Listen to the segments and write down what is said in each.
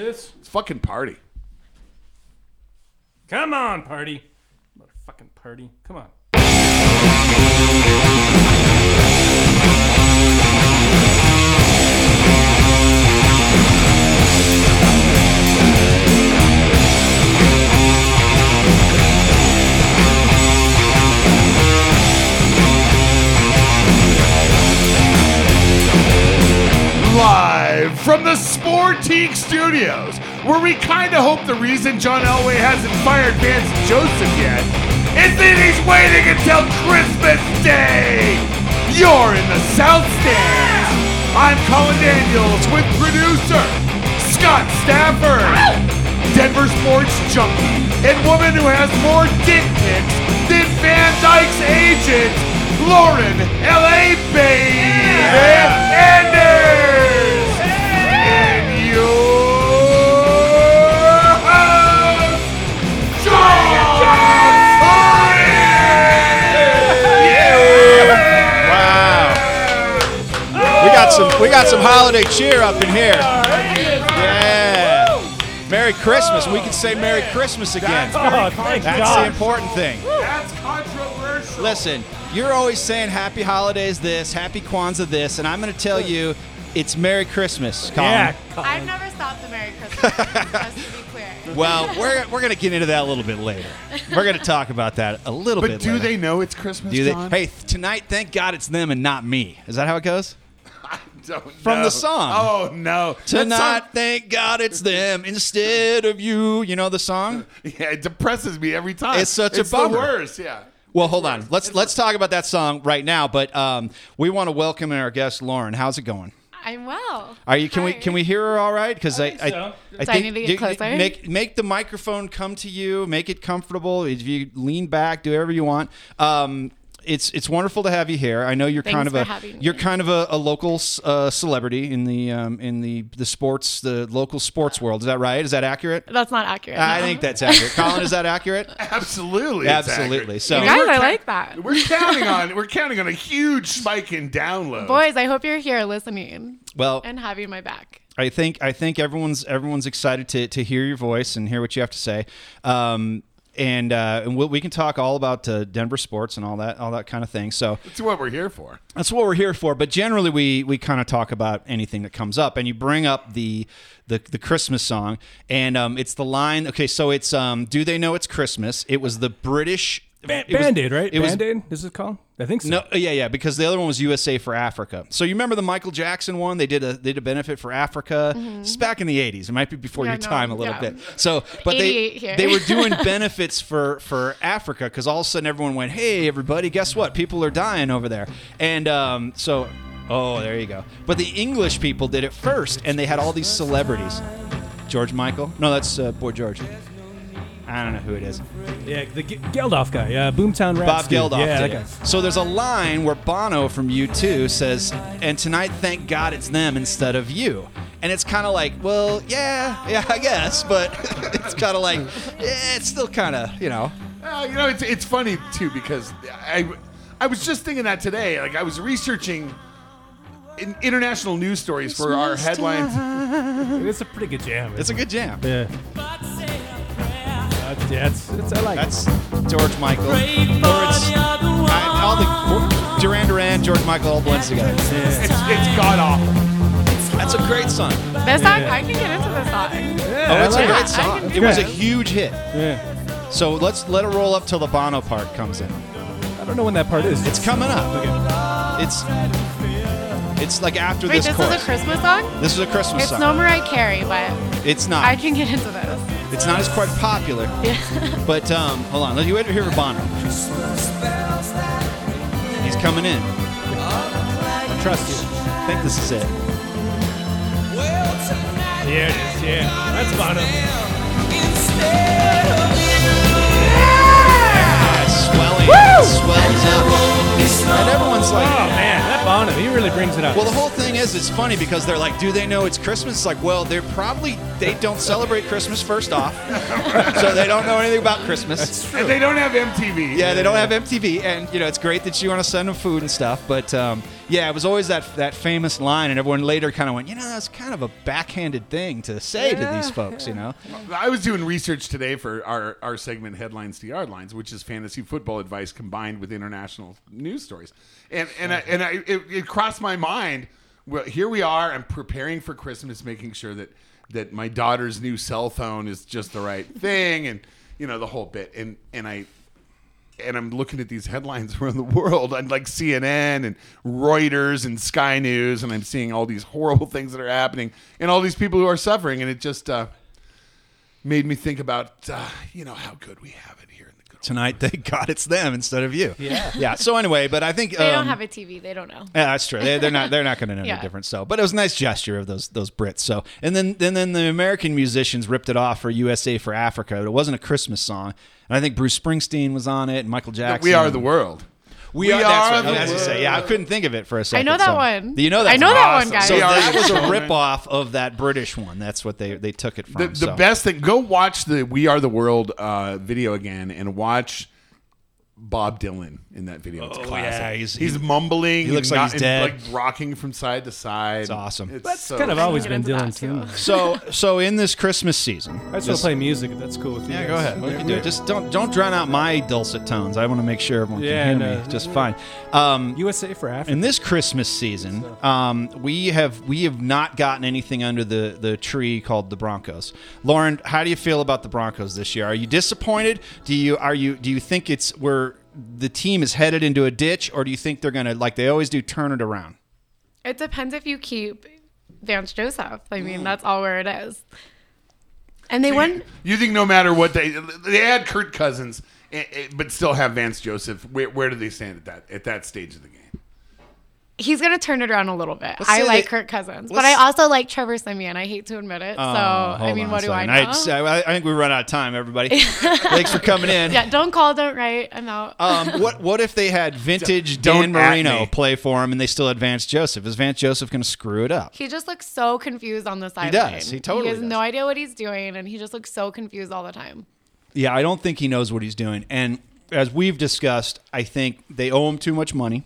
This. It's fucking party. Come on, party. Motherfucking party. Come on. Live from the Sportique Studios, where we kind of hope the reason John Elway hasn't fired Vance Joseph yet is that he's waiting until Christmas Day. You're in the South Stands. I'm Colin Daniels with producer Scott Stafford, Denver sports junkie, and woman who has more dick pics than Van Dyke's agent, Lauren L.A. Baby. Anders! And your host, We got some we got some holiday cheer up in here. Yeah. Merry Christmas. We can say Merry Christmas again. Oh, thank That's the God. important thing. That's controversial. Listen, you're always saying happy holidays this, happy Kwanzaa this, and I'm going to tell you it's Merry Christmas, Colin. Yeah. I've never stopped the Merry Christmas. just to be clear. Well, we're, we're going to get into that a little bit later. We're going to talk about that a little But bit do later. they know it's Christmas do they? John? Hey, th- tonight, thank God it's them and not me. Is that how it goes? Don't from the know. song. Oh no! That song- Tonight, thank God it's them instead of you. You know the song? yeah, it depresses me every time. It's such a it's the bummer. worst. Yeah. Well, hold on. Let's let's talk about that song right now. But um, we want to welcome our guest, Lauren. How's it going? I'm well. Are you? Can we Hi. can we hear her all right? Because I think I, so. Do I need to get you- closer? Make make the microphone come to you. Make it comfortable. If you lean back, do whatever you want. Um, it's it's wonderful to have you here. I know you're Thanks kind of for a having me. you're kind of a, a local uh, celebrity in the um, in the the sports the local sports world. Is that right? Is that accurate? That's not accurate. I no. think that's accurate. Colin, is that accurate? Absolutely. it's Absolutely. accurate. So You guys, We're I ca- like that. We're counting on we're counting on a huge spike in downloads. Boys, I hope you're here listening well, and having my back. I think I think everyone's everyone's excited to, to hear your voice and hear what you have to say, um, and uh, and we'll, we can talk all about uh, Denver sports and all that all that kind of thing. So That's what we're here for. that's what we're here for. But generally, we we kind of talk about anything that comes up, and you bring up the the, the Christmas song, and um, it's the line. Okay, so it's um, do they know it's Christmas? It was the British Ba- it was- Band-Aid, right? It was Band-Aid? Is it called? I think so. no, uh, yeah, yeah, because the other one was USA for Africa. So you remember the Michael Jackson one? They did a they did a benefit for Africa. It's back in the eighties. It might be before Mm-hmm. Yeah, your no, time a little yeah. bit. So, but they 88 here. they were doing benefits for for Africa because all of a sudden everyone went, "Hey, everybody, guess what? People are dying over there." And um, so, oh, there you go. But the English people did it first, and they had all these celebrities. George Michael? No, that's uh, Boy George. I don't know who it is. Yeah, the G- Geldof guy. Yeah, Boomtown Bob Rats. dude. Geldof Yeah, that did it. guy. So there's a line where Bono from U2 says, "And tonight, thank God it's them instead of you." And it's kind of like, well, yeah, yeah, I guess, but it's kind of like, yeah, it's still kind of, you know, Uh, you know, it's it's funny too because I I was just thinking that today. Like I was researching in, international news stories for our headlines. It's a pretty good jam. it's a good jam. Yeah. Uh, yeah, it's, it's, I like it. That's George Michael, or it's I- all the Duran Duran, George Michael, all blends together. It's, it's god awful. That's a great song. This song, I can get into this song. Yeah, Oh, I it's a like great I song. can It do was a that. huge hit. it. Yeah. So let's let it roll up till the Bono part comes in. I don't know when that part is. It's coming up. okay. It's it's like after Wait, this, this chorus. is a Christmas song? this is a Christmas It's song. no Mariah Carey, but it's not. I can get into this. it's not as quite popular. But um, hold on. Let you wait to hear for Bono. He's coming in. I trust you. I think this is it. Yeah, it is. Yeah. That's Bono. Yeah, it's swelling. It swells up. And everyone's Oh, like. man. That Bono. He really brings it up. Well, the whole thing is, it's funny because they're like, do they know it's Christmas? It's like, well, they're probably, they don't celebrate Christmas first off. so they don't know anything about Christmas. And they don't have MTV. Yeah, they don't have MTV, and you know it's great that you want to send them food and stuff, but um, Yeah, it was always that that famous line, and everyone later kind of went, you know, that's kind of a backhanded thing to say to these folks, you know. I was doing research today for our, our segment headlines to yard lines, which is fantasy football advice combined with international news stories, and and I, and I, it, it crossed my mind. Well, here we are. I'm preparing for Christmas, making sure that that my daughter's new cell phone is just the right thing, and you know the whole bit. And and I and I'm looking at these headlines around the world on like CNN and Reuters and Sky News, and I'm seeing all these horrible things that are happening and all these people who are suffering, and it just uh, made me think about uh, you know how good we have it here in the good. old- Tonight, thank God it's them instead of you. Yeah. Yeah. So anyway, but I think They um, don't have a TV. They don't know. Yeah, that's true. They, they're not. They're not going to know Yeah. the difference. So, but it was a nice gesture of those those Brits. So, and then and then the American musicians ripped it off for USA for Africa. It wasn't a Christmas song, and I think Bruce Springsteen was on it, and Michael Jackson. We are the world. We, We are. are That's right. the As you say, yeah, I world. couldn't think of it for a second. know that so- one. You know that. Ah, I know that one, guys. So We are that the was a world. rip off of that British one. That's what they they took it from. The, the so. best thing. Go watch the "We Are the World" uh, video again and watch Bob Dylan in that video. It's Oh, classic. yeah, he's, he's- mumbling. He looks like he's dead. like rocking from side to side. It's awesome. That's so- kind of always get been into that Dylan too. too. So so in this Christmas season, I just want to play music. If that's cool with you. Yeah, guys. go ahead. We can do it. Just don't don't drown out my dulcet tones. I want to make sure everyone Yeah, can hear no. me just fine. Um, USA for Africa. in this Christmas season, um, we have we have not gotten anything under the the tree called the Broncos. Lauren, how do you feel about the Broncos this year? Are you disappointed? Do you are you do you think it's where the team is headed into a ditch, or do you think they're gonna like they always do turn it around? It depends if you keep Vance Joseph. I Mm. mean, that's all where it is. And they won. You think no matter what they they add Kurt Cousins, eh, eh, but still have Vance Joseph. Where, where do they stand at that at that stage of the game? He's going to turn it around a little bit. Let's I say like that- Kirk Cousins, but let's- I also like Trevor Simeon. I hate to admit it. So, Uh, Oh, I hold mean, on what a do I second. know? I, just- I, I think we run out of time, everybody. Thanks for coming in. yeah, don't call, don't write. I'm out. Um, what what if they had vintage Don't Dan at Marino me. play for him and they still had Vance Joseph? Is Vance Joseph going to screw it up? He just looks so confused on the sideline. does. He totally has does. no idea what he's doing, and he just looks so confused all the time. Yeah, I don't think he knows what he's doing. And as we've discussed, I think they owe him too much money,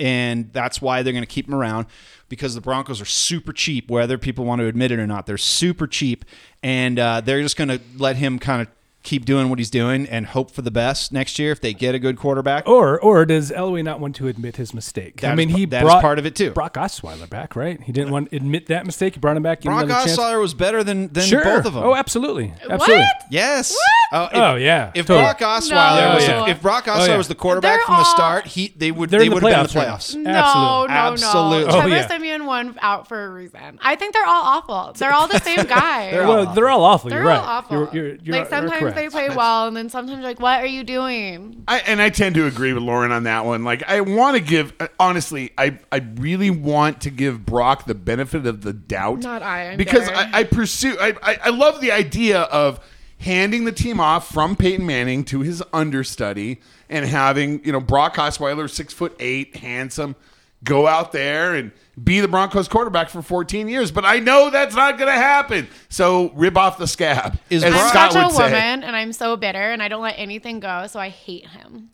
and that's why they're going to keep him around because the Broncos are super cheap, whether people want to admit it or not. They're super cheap, and uh, they're just going to let him kind of keep doing what he's doing and hope for the best next year if they get a good quarterback. Or or does Elway not want to admit his mistake? That I mean, is- he that is brought part of it, too. Brock Osweiler back, right? He didn't want to admit that mistake. He brought him back. Give him Brock another chance. Osweiler was better than, than Sure. both of them. Oh, absolutely. Absolutely. What? Yes. What? Oh, if- Oh, yeah, If totally. Brock Osweiler No. was Yeah, yeah. if Brock Oh, Osweiler yeah. was the quarterback They're from the all- start, he they would They're they in the would have playoffs. been in the right playoffs. now. No, Absolutely. no, Absolutely. no. Oh, Trevor yeah. Simeon won out for a reason. I think they're all awful. They're all the same guy. They're all- well, they're all awful. They're you're right. all awful. You're, you're, you're, like you're sometimes correct. they play well, and then sometimes you're like, what are you doing? I, and I tend to agree with Lauren on that one. Like, I want to give, honestly, I, I really want to give Brock the benefit of the doubt. Not I, I'm because bitter. I, I pursue, I, I, I love the idea of handing the team off from Peyton Manning to his understudy and having, you know, Brock Osweiler, six foot eight, handsome, go out there and be the Broncos quarterback for 14 years. But I know that's not going to happen. So rib off the scab. Is as I'm Brock- Scott such a would say. woman, and I'm so bitter, and I don't let anything go, so I hate him.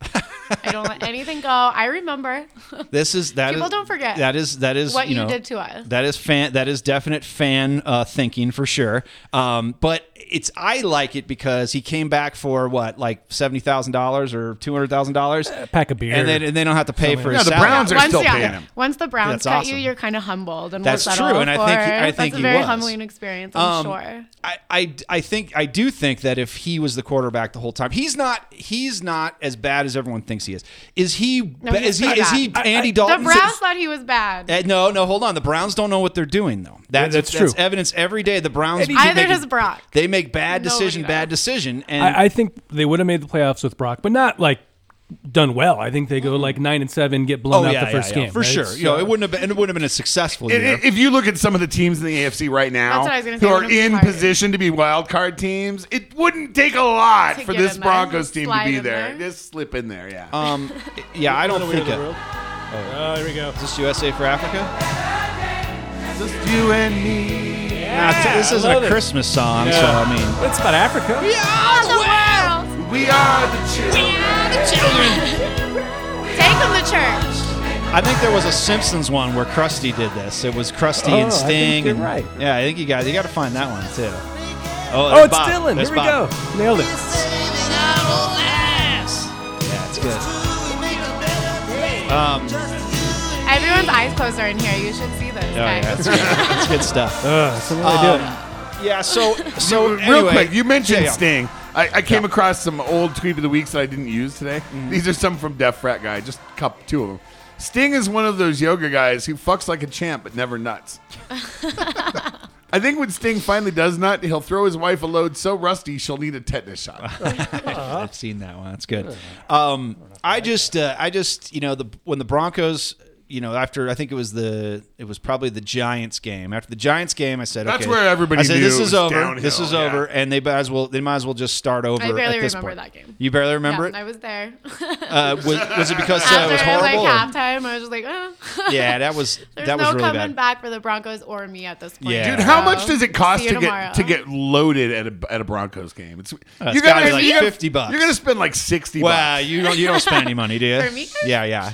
I don't let anything go. I remember. This is that People is- don't forget that is that is what you, you know, did to us. That is fan that is definite fan uh, thinking for sure. Um, but it's I like it because he came back for what like seventy thousand dollars or two hundred thousand dollars, Eh, pack of beer. and then and they don't have to pay for Yeah, his the salary. Browns are once, still yeah, paying him. once the Browns That's cut you, awesome. you're kind of humbled, and That's we'll settle true, and I for think he- it. I think that's a he very was. Um, humbling experience. I'm sure. I, I, I think I do think that if he was the quarterback the whole time, he's not he's not as bad as everyone thinks he is. Is he? ba- he's is he? not Is he? bad. Andy The Dalton? Browns thought he was bad. Uh, no, no, hold on. The Browns don't know what they're doing, though. That's, that's true. that's evidence every day. The Browns Eddie- they Either make- does Brock. They make bad Nobody decision, does. bad decision, and I, I think they would have made the playoffs with Brock, but not like done well. I think they Mm. go like nine and seven, get blown oh out yeah, the first yeah, yeah, game uh, for right? sure. you know, So- it wouldn't have been. It wouldn't have been a successful And year. i- if you look at some of the teams in the AFC right now That's what I was gonna who say, are wouldn't it be in hard? position to be wild card teams, it wouldn't take a lot To for get this in there. Broncos team to Slide be in there. there. Just slip in there, yeah. um, yeah, I don't think. It, Oh, here we go. is this USA for Africa? Just you and me. Nah, t- this I isn't love a it. Christmas song, so Yeah. I mean, It's about Africa. Oh, the world. We are the children. Take him to church. I think there was a Simpsons one where Krusty did this. It was Krusty Oh, I and think Sting. you're and- right. Yeah, I think you guys you got to find that one too. Oh, Oh, there's it's Bob. Dylan. There's Here we Bob. go. Nailed it. Yeah, it's good. Everyone's eyes closed are in here. You should see this. Oh, yeah, guys. that's good. that's good stuff. Uh, so what do I do? Um, Yeah, so so Real anyway- quick, you mentioned Yeah, yeah. Sting. I, I came across some old tweet of the weeks that I didn't use today. Mm-hmm. These are some from Def Frat Guy. Just cup two of them. Sting is one of those yoga guys who fucks like a champ but never nuts. I think when Sting finally does nut, he'll throw his wife a load so rusty she'll need a tetanus shot. I've seen that one. That's good. Um, I just, uh, I just, you know, the when the Broncos, you know, after I think it was the, it was probably the Giants game. After the Giants game, I said, That's okay. where everybody I said, knew this it is was over. downhill, This is yeah. over, and they might as well, they might as well just start over. I barely at this remember point. that game. You barely remember Yeah, I it. was there. Uh, was, was it because uh, it After was horrible? like or- halftime, I was just like, oh. yeah, that was There's that no was really coming bad. back for the Broncos or me at this point. Yeah. Dude, how So, much does it cost Uh, see you to tomorrow. get to get loaded at a at a Broncos game? It's Uh, it's gotta be like 50 bucks. You're gonna spend like sixty. Wow, bucks. you don't you don't spend any money, do you? For me? Yeah, yeah.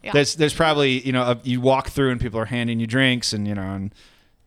Yeah. There's there's probably you know a, you walk through and people are handing you drinks and you know and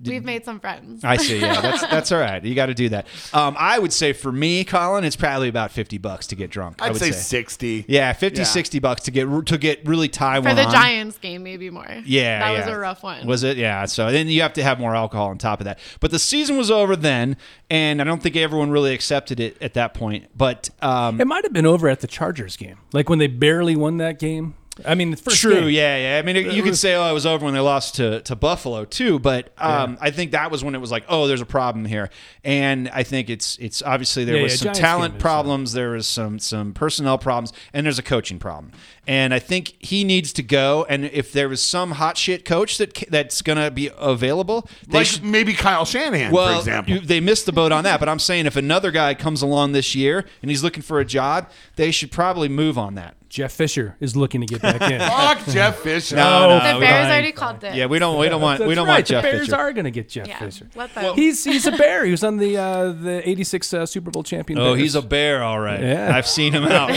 We've made some friends. I see. Yeah, that's that's all right. You got to do that. Um, I would say for me, Colin, it's probably about fifty bucks to get drunk. I I'd would say, sixty. Yeah, 50, Yeah. 60 bucks to get to get really for Taiwan the Giants game, maybe more. Yeah, that was yeah. a rough one. Was it? Yeah. So then you have to have more alcohol on top of that. But the season was over then, and I don't think everyone really accepted it at that point. But um, It might have been over at the Chargers game, like when they barely won that game. I mean, the first True. game. Yeah. Yeah. I mean, it- you could say, "Oh, it was over when they lost to to Buffalo too," but um, I think that was when it was like, "Oh, there's a problem here," and I think it's it's obviously there Yeah, was yeah, some Giants talent game is, uh, problems, there was some some personnel problems, and there's a coaching problem, and I think he needs to go. And if there was some hot shit coach that ca- that's gonna be available, they like should. maybe Kyle Shanahan, Well, for example. you- they missed the boat on that, but I'm saying if another guy comes along this year and he's looking for a job, they should probably move on that. Jeff Fisher is looking to get back in. Fuck Jeff Fisher. No, Oh, the no, we Bears don't- already called it. Yeah, we don't. We don't want. That's we don't right. want Jeff the Bears Fisher. are going to get Jeff Yeah, Fisher. let them. He's he's a bear. He was on the uh, the '86 uh, Super Bowl champion. Oh, Bears. he's a bear, all right. Yeah. I've seen him out.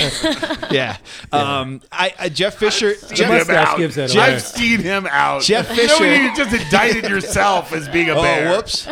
yeah. Um, I, I Jeff Fisher. Seen The Jeff, him mustache out. gives that away. I've seen him out. Jeff You know Fisher- when you just indicted yourself as being a bear. oh, whoops.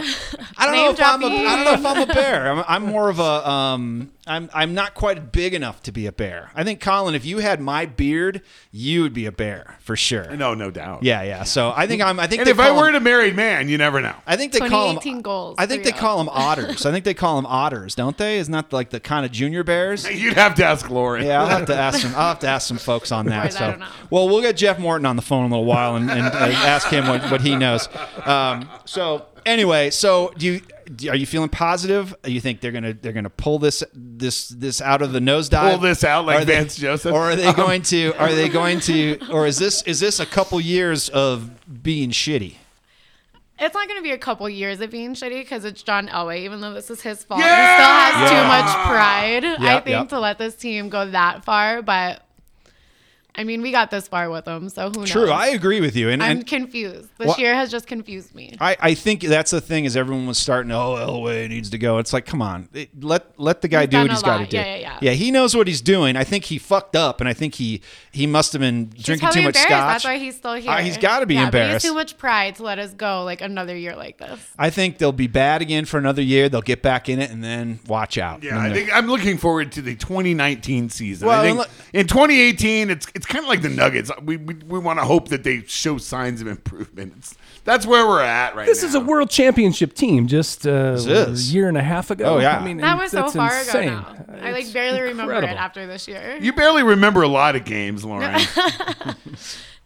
I don't know Name if I'm a, dropping. I don't know if I'm a bear. I'm, I'm more of a. Um, I'm I'm not quite big enough to be a bear. I think Colin, if you had my beard, you would be a bear for sure. No, no doubt. Yeah, yeah. So I think I'm. I think And they if I call him- weren't a married man, you never know. I think they call 2018 them goals I think for they you. call them otters. I think they call them otters, don't they? Isn't that like the kind of junior bears? You'd have to ask Lauren. Yeah, I'll have to ask some. I'll have to ask some folks on that. Boys, I so, don't know. well, we'll get Jeff Morton on the phone in a little while and, and uh, ask him what, what he knows. Um, so anyway, so do you do- are you feeling positive? You think they're gonna they're gonna pull this this this out of the nosedive? Pull this out like Are they- Vance Joseph? Or are they going to? Are they going to? Or is this is this a couple years of being shitty? It's not going to be a couple years of being shitty because it's John Elway. Even though this is his fault, Yeah! he still has Yeah. too much pride. I Yep, think yep. to let this team go that far, but I mean, we got this far with them, so who knows? True, I agree with you. And, I'm and confused. This What- year has just confused me. I, I think that's the thing is everyone was starting. Oh, Elway needs to go. It's like, come on, It- let let the guy He's do done what a he's got to lot. do. Yeah, yeah, yeah. he knows what he's doing. I think he fucked up, and I think he he must have been He's drinking probably too much embarrassed. scotch. That's why he's still here. Uh, he's gotta be Yeah, but embarrassed. He has too much pride to let us go like another year like this. I think they'll be bad again for another year. They'll get back in it, and then watch out. Yeah, And I they're- think I'm looking forward to the 2019 season. Well, I think look- in 2018, it's it's kind of like the Nuggets. We we, we want to hope that they show signs of improvement. It's, that's where we're at right This now. is a world championship team just uh, a is. year and a half ago. Oh, yeah. I mean, That was so that's far insane. ago now. Uh, I like it's barely remember it incredible. after this year. You barely remember a lot of games, Lauren.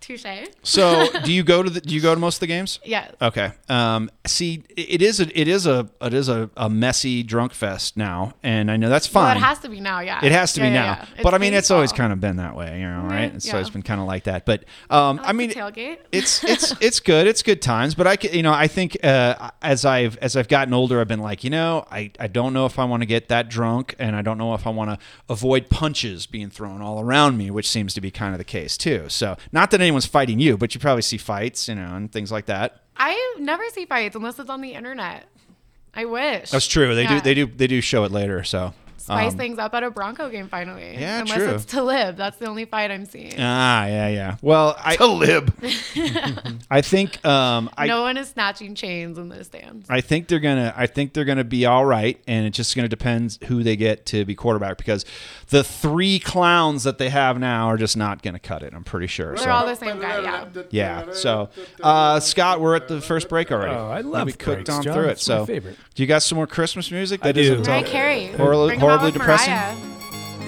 Touche. so. Do you go to the, do you go to most of the games? Yes. Okay. Um, see, it it is a it is a it is a, a messy drunk fest now, and I know that's fine. Well, it has to be now, yeah. It has to Yeah, be yeah, now. yeah. But I mean, it's always painful. kind of been that way, you know, right? It's yeah. always been kind of like that. But um, I, like mean, the tailgate. it's it's it's good. It's good times. But I, c- you know, I think uh, as I've as I've gotten older, I've been like, you know, I, I don't know if I want to get that drunk, and I don't know if I want to avoid punches being thrown all around me, which seems to be kind of the case too. So not that anyone's fighting you, but you probably see fights, you know, and things like that. I never see fights unless it's on the internet. I wish. That's true. They Yeah. do they do they do show it later. So spice things up at a Bronco game finally. yeah, Unless true. it's Talib. That's the only fight I'm seeing. Ah, yeah, yeah. Well, I Talib. I think um I no one is snatching chains in those stands. I think they're gonna. I think they're gonna be all right, and it's just gonna depend who they get to be quarterback because the three clowns that they have now are just not gonna cut it. I'm pretty sure. They're So, all the same guy, yeah. yeah. So, uh, Scott, we're at the first break already. Oh, I love we cooked breaks, on John. through it. It's my So, favorite. do you got some more Christmas music? I That isn't do. dull? Mariah Carey. Horribly- Bring 'em out horribly with depressing? Mariah.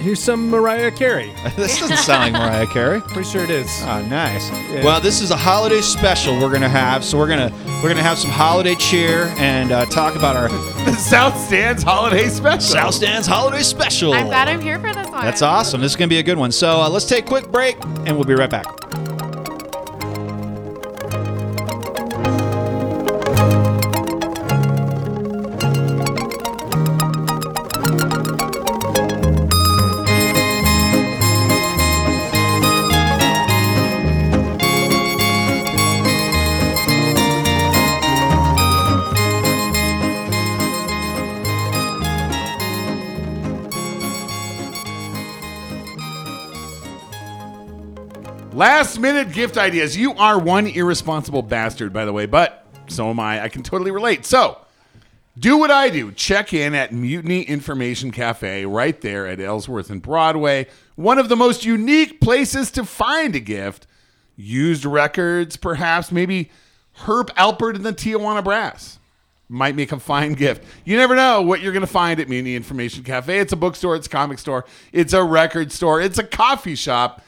Here's some Mariah Carey. this doesn't sound like Mariah Carey. Pretty sure it is. Oh, nice. Well, this is a holiday special we're gonna have. So we're gonna we're gonna have some holiday cheer and uh, talk about our The South Stands Holiday Special. South Stands holiday special. I'm glad I'm here for this one. That's awesome. This is going to be a good one. So uh, let's take a quick break and we'll be right back. Last minute gift ideas. You are one irresponsible bastard, by the way, but so am I. I can totally relate. So, do what I do. Check in at Mutiny Information Cafe right there at Ellsworth and Broadway, one of the most unique places to find a gift. Used records, perhaps, maybe Herb Alpert and the Tijuana Brass might make a fine gift. You never know what you're going to find at Mutiny Information Cafe. It's a bookstore, it's a comic store, it's a record store, it's a coffee shop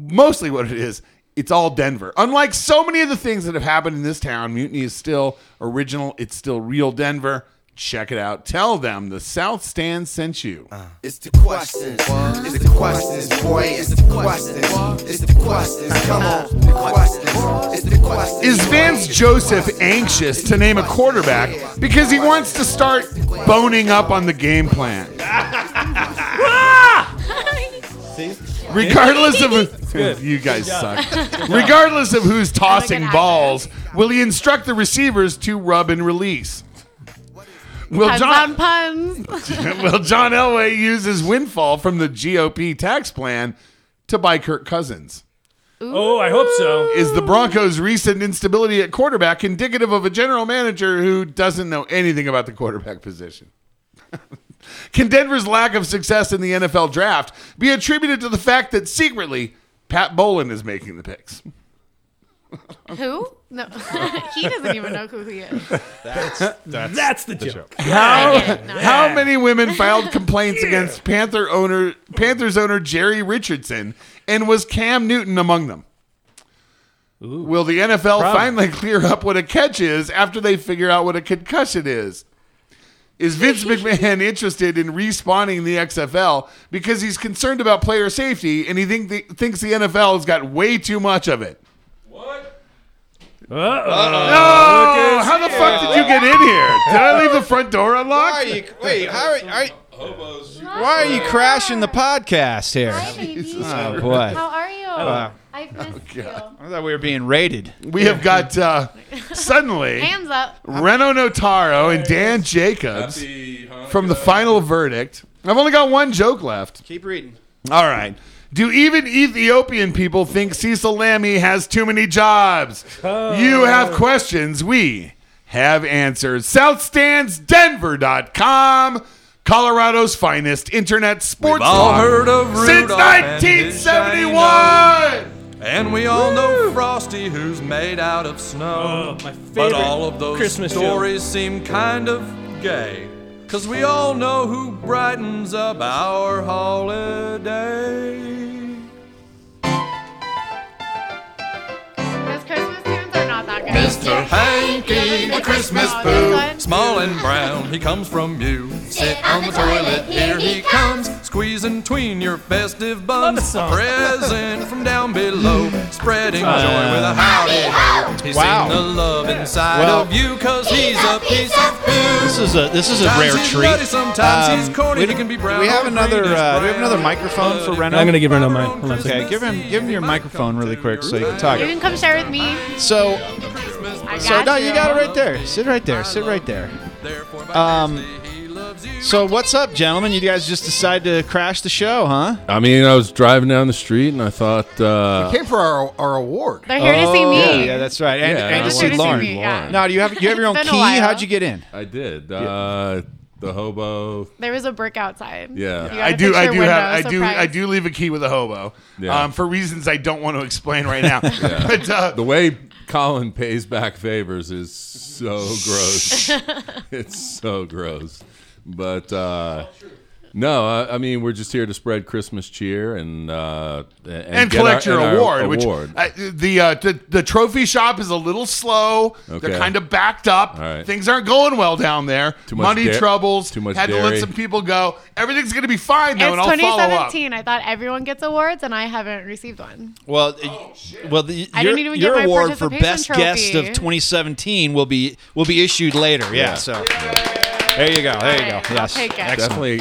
mostly what it is, it's all Denver. Unlike so many of the things that have happened in this town, Mutiny is still original. It's still real Denver. Check it out. Tell them the South Stand sent you. It's the questions. It's the questions, boy. It's the questions. It's the questions. Come on. The questions. It's the questions. Is Vance Joseph anxious to name a quarterback because he wants to start boning up on the game plan? Regardless of you guys suck. Regardless of who's tossing actor. balls, will he instruct the receivers to rub and release? Will Puns John on puns. Will John Elway use his windfall from the GOP tax plan to buy Kirk Cousins? oh, I hope so. Is the Broncos' recent instability at quarterback indicative of a general manager who doesn't know anything about the quarterback position? Can Denver's lack of success in the NFL draft be attributed to the fact that secretly Pat Bolin is making the picks? who? No. he doesn't even know who he is. That's, the, joke. I get it. No. How many women filed complaints against Panther owner Panthers owner Jerry Richardson, and was Cam Newton among them? Will the NFL finally clear up what a catch is after they figure out what a concussion is? Is Vince McMahon interested in respawning the XFL because he's concerned about player safety and he think the, thinks the NFL has got way too much of it? Uh-oh. Oh, how the fuck did you get in here? Did I leave the front door Why unlocked? are you, wait, how are, are, why are you crashing the podcast here? Hi, baby. Oh, boy. How are you? Hello. I've missed you. I thought we were being raided. We have got uh, suddenly Hands up. Reno Notaro and Dan Jacobs from the final verdict. I've only got one joke left. Keep reading. All right. Do even Ethiopian people think Cecil Lammy has too many jobs? Oh. You have questions. We have answers. SouthStandsDenver.com, Colorado's finest internet sports all blog heard of since Rudolph and his shiny 1971. And we all know Frosty, who's made out of snow. Oh, my favorite but all of those Christmas stories seem kind of gay. Cause we all know who brightens up our holiday. Those Christmas tunes are not that good. Mr. Hanky, the Christmas Oh, this poo. one? Small and brown, he comes from you. Sit on the toilet, here he comes. Squeezing tween your festive Love this buns. A song. present from down below. Spreading joy with a howdy ho. He's Wow. seen the love inside Well- of you, cause he's a piece of poo. This is a this is a Sometimes rare he's treat. Um, nutty, sometimes he's corny, we, he can be brown we have or another green, he's uh, we have another brown. Uh, microphone for Reno. I'm gonna give Reno mine. Hold on a second. Okay, give him give him your microphone really quick so you can talk. You can come share with me. So I got so no, you got it right there. Sit right there. Sit right there. Therefore, by Um, Thursday, he loves you. So what's up, gentlemen? You guys just decided to crash the show, huh? I mean, I was driving down the street and I thought, uh, Came for our, our award. They're here to see me. Oh, Yeah, yeah, that's right. And, Yeah, and I to see They're here to Lauren. see me. Yeah. Now, do you have you have your own It's key? been a while. How'd you get in? I did. Uh, the hobo. There was a brick outside. Yeah. You got I a do, I picture do window, have, I do, I surprise. do leave a key with a hobo, Yeah. um, for reasons I don't want to explain right now. But uh, The way Colin pays back favors is so gross. it's so gross. But uh, no, I, I mean, we're just here to spread Christmas cheer and uh, and, and get our- collect your and our award, award. which uh, the, uh, the the trophy shop is a little slow. Okay. They're kind of backed up. All right. Things aren't going well down there. Too much Money da- troubles. too much Had to dairy. let some people go. Everything's gonna be fine though, and it's I'll follow up. 2017. I thought everyone gets awards, and I haven't received one. Well, well, the, Oh, I your, didn't even get your my award for participation best guest of trophy. 2017 will be will be issued later. Yeah. Yeah. So there you go. There you All right, go. I'll Yes. take it. Excellent. Definitely,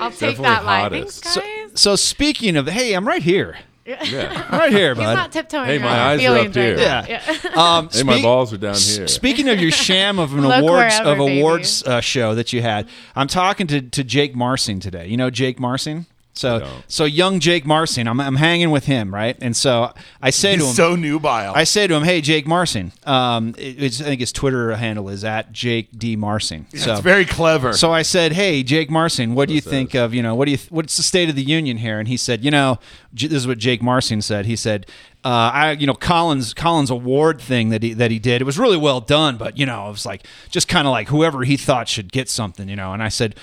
I'll take Definitely that line. Thanks, hottest. guys. So, so speaking of, hey, I'm right here. yeah. I'm right here, He's bud. not tiptoeing. Hey, around my your eyes are feelings up right here. now. Yeah. yeah. Um, Hey, my speak- balls are down here. S- Speaking of your sham of an Look awards wherever, of baby. awards uh, show that you had, I'm talking to, to Jake Marcin today. You know Jake Marcin. So don't. so young Jake Marcin, I'm, I'm hanging with him, right? And so I say to him, He's so nubile. I say to him, "Hey, Jake Marcin." Um, it- it's, I think his Twitter handle is at Jake D Marcin. So it's very clever. so I said, "Hey, Jake Marcin, what do you think of you know what do you what's the state of the union here?" And he said, "You know, J- this is what Jake Marcin said. He said, uh, I you know Collins Collins award thing that he that he did. It was really well done, but you know it was like just kind of like whoever he thought should get something, you know." And I said,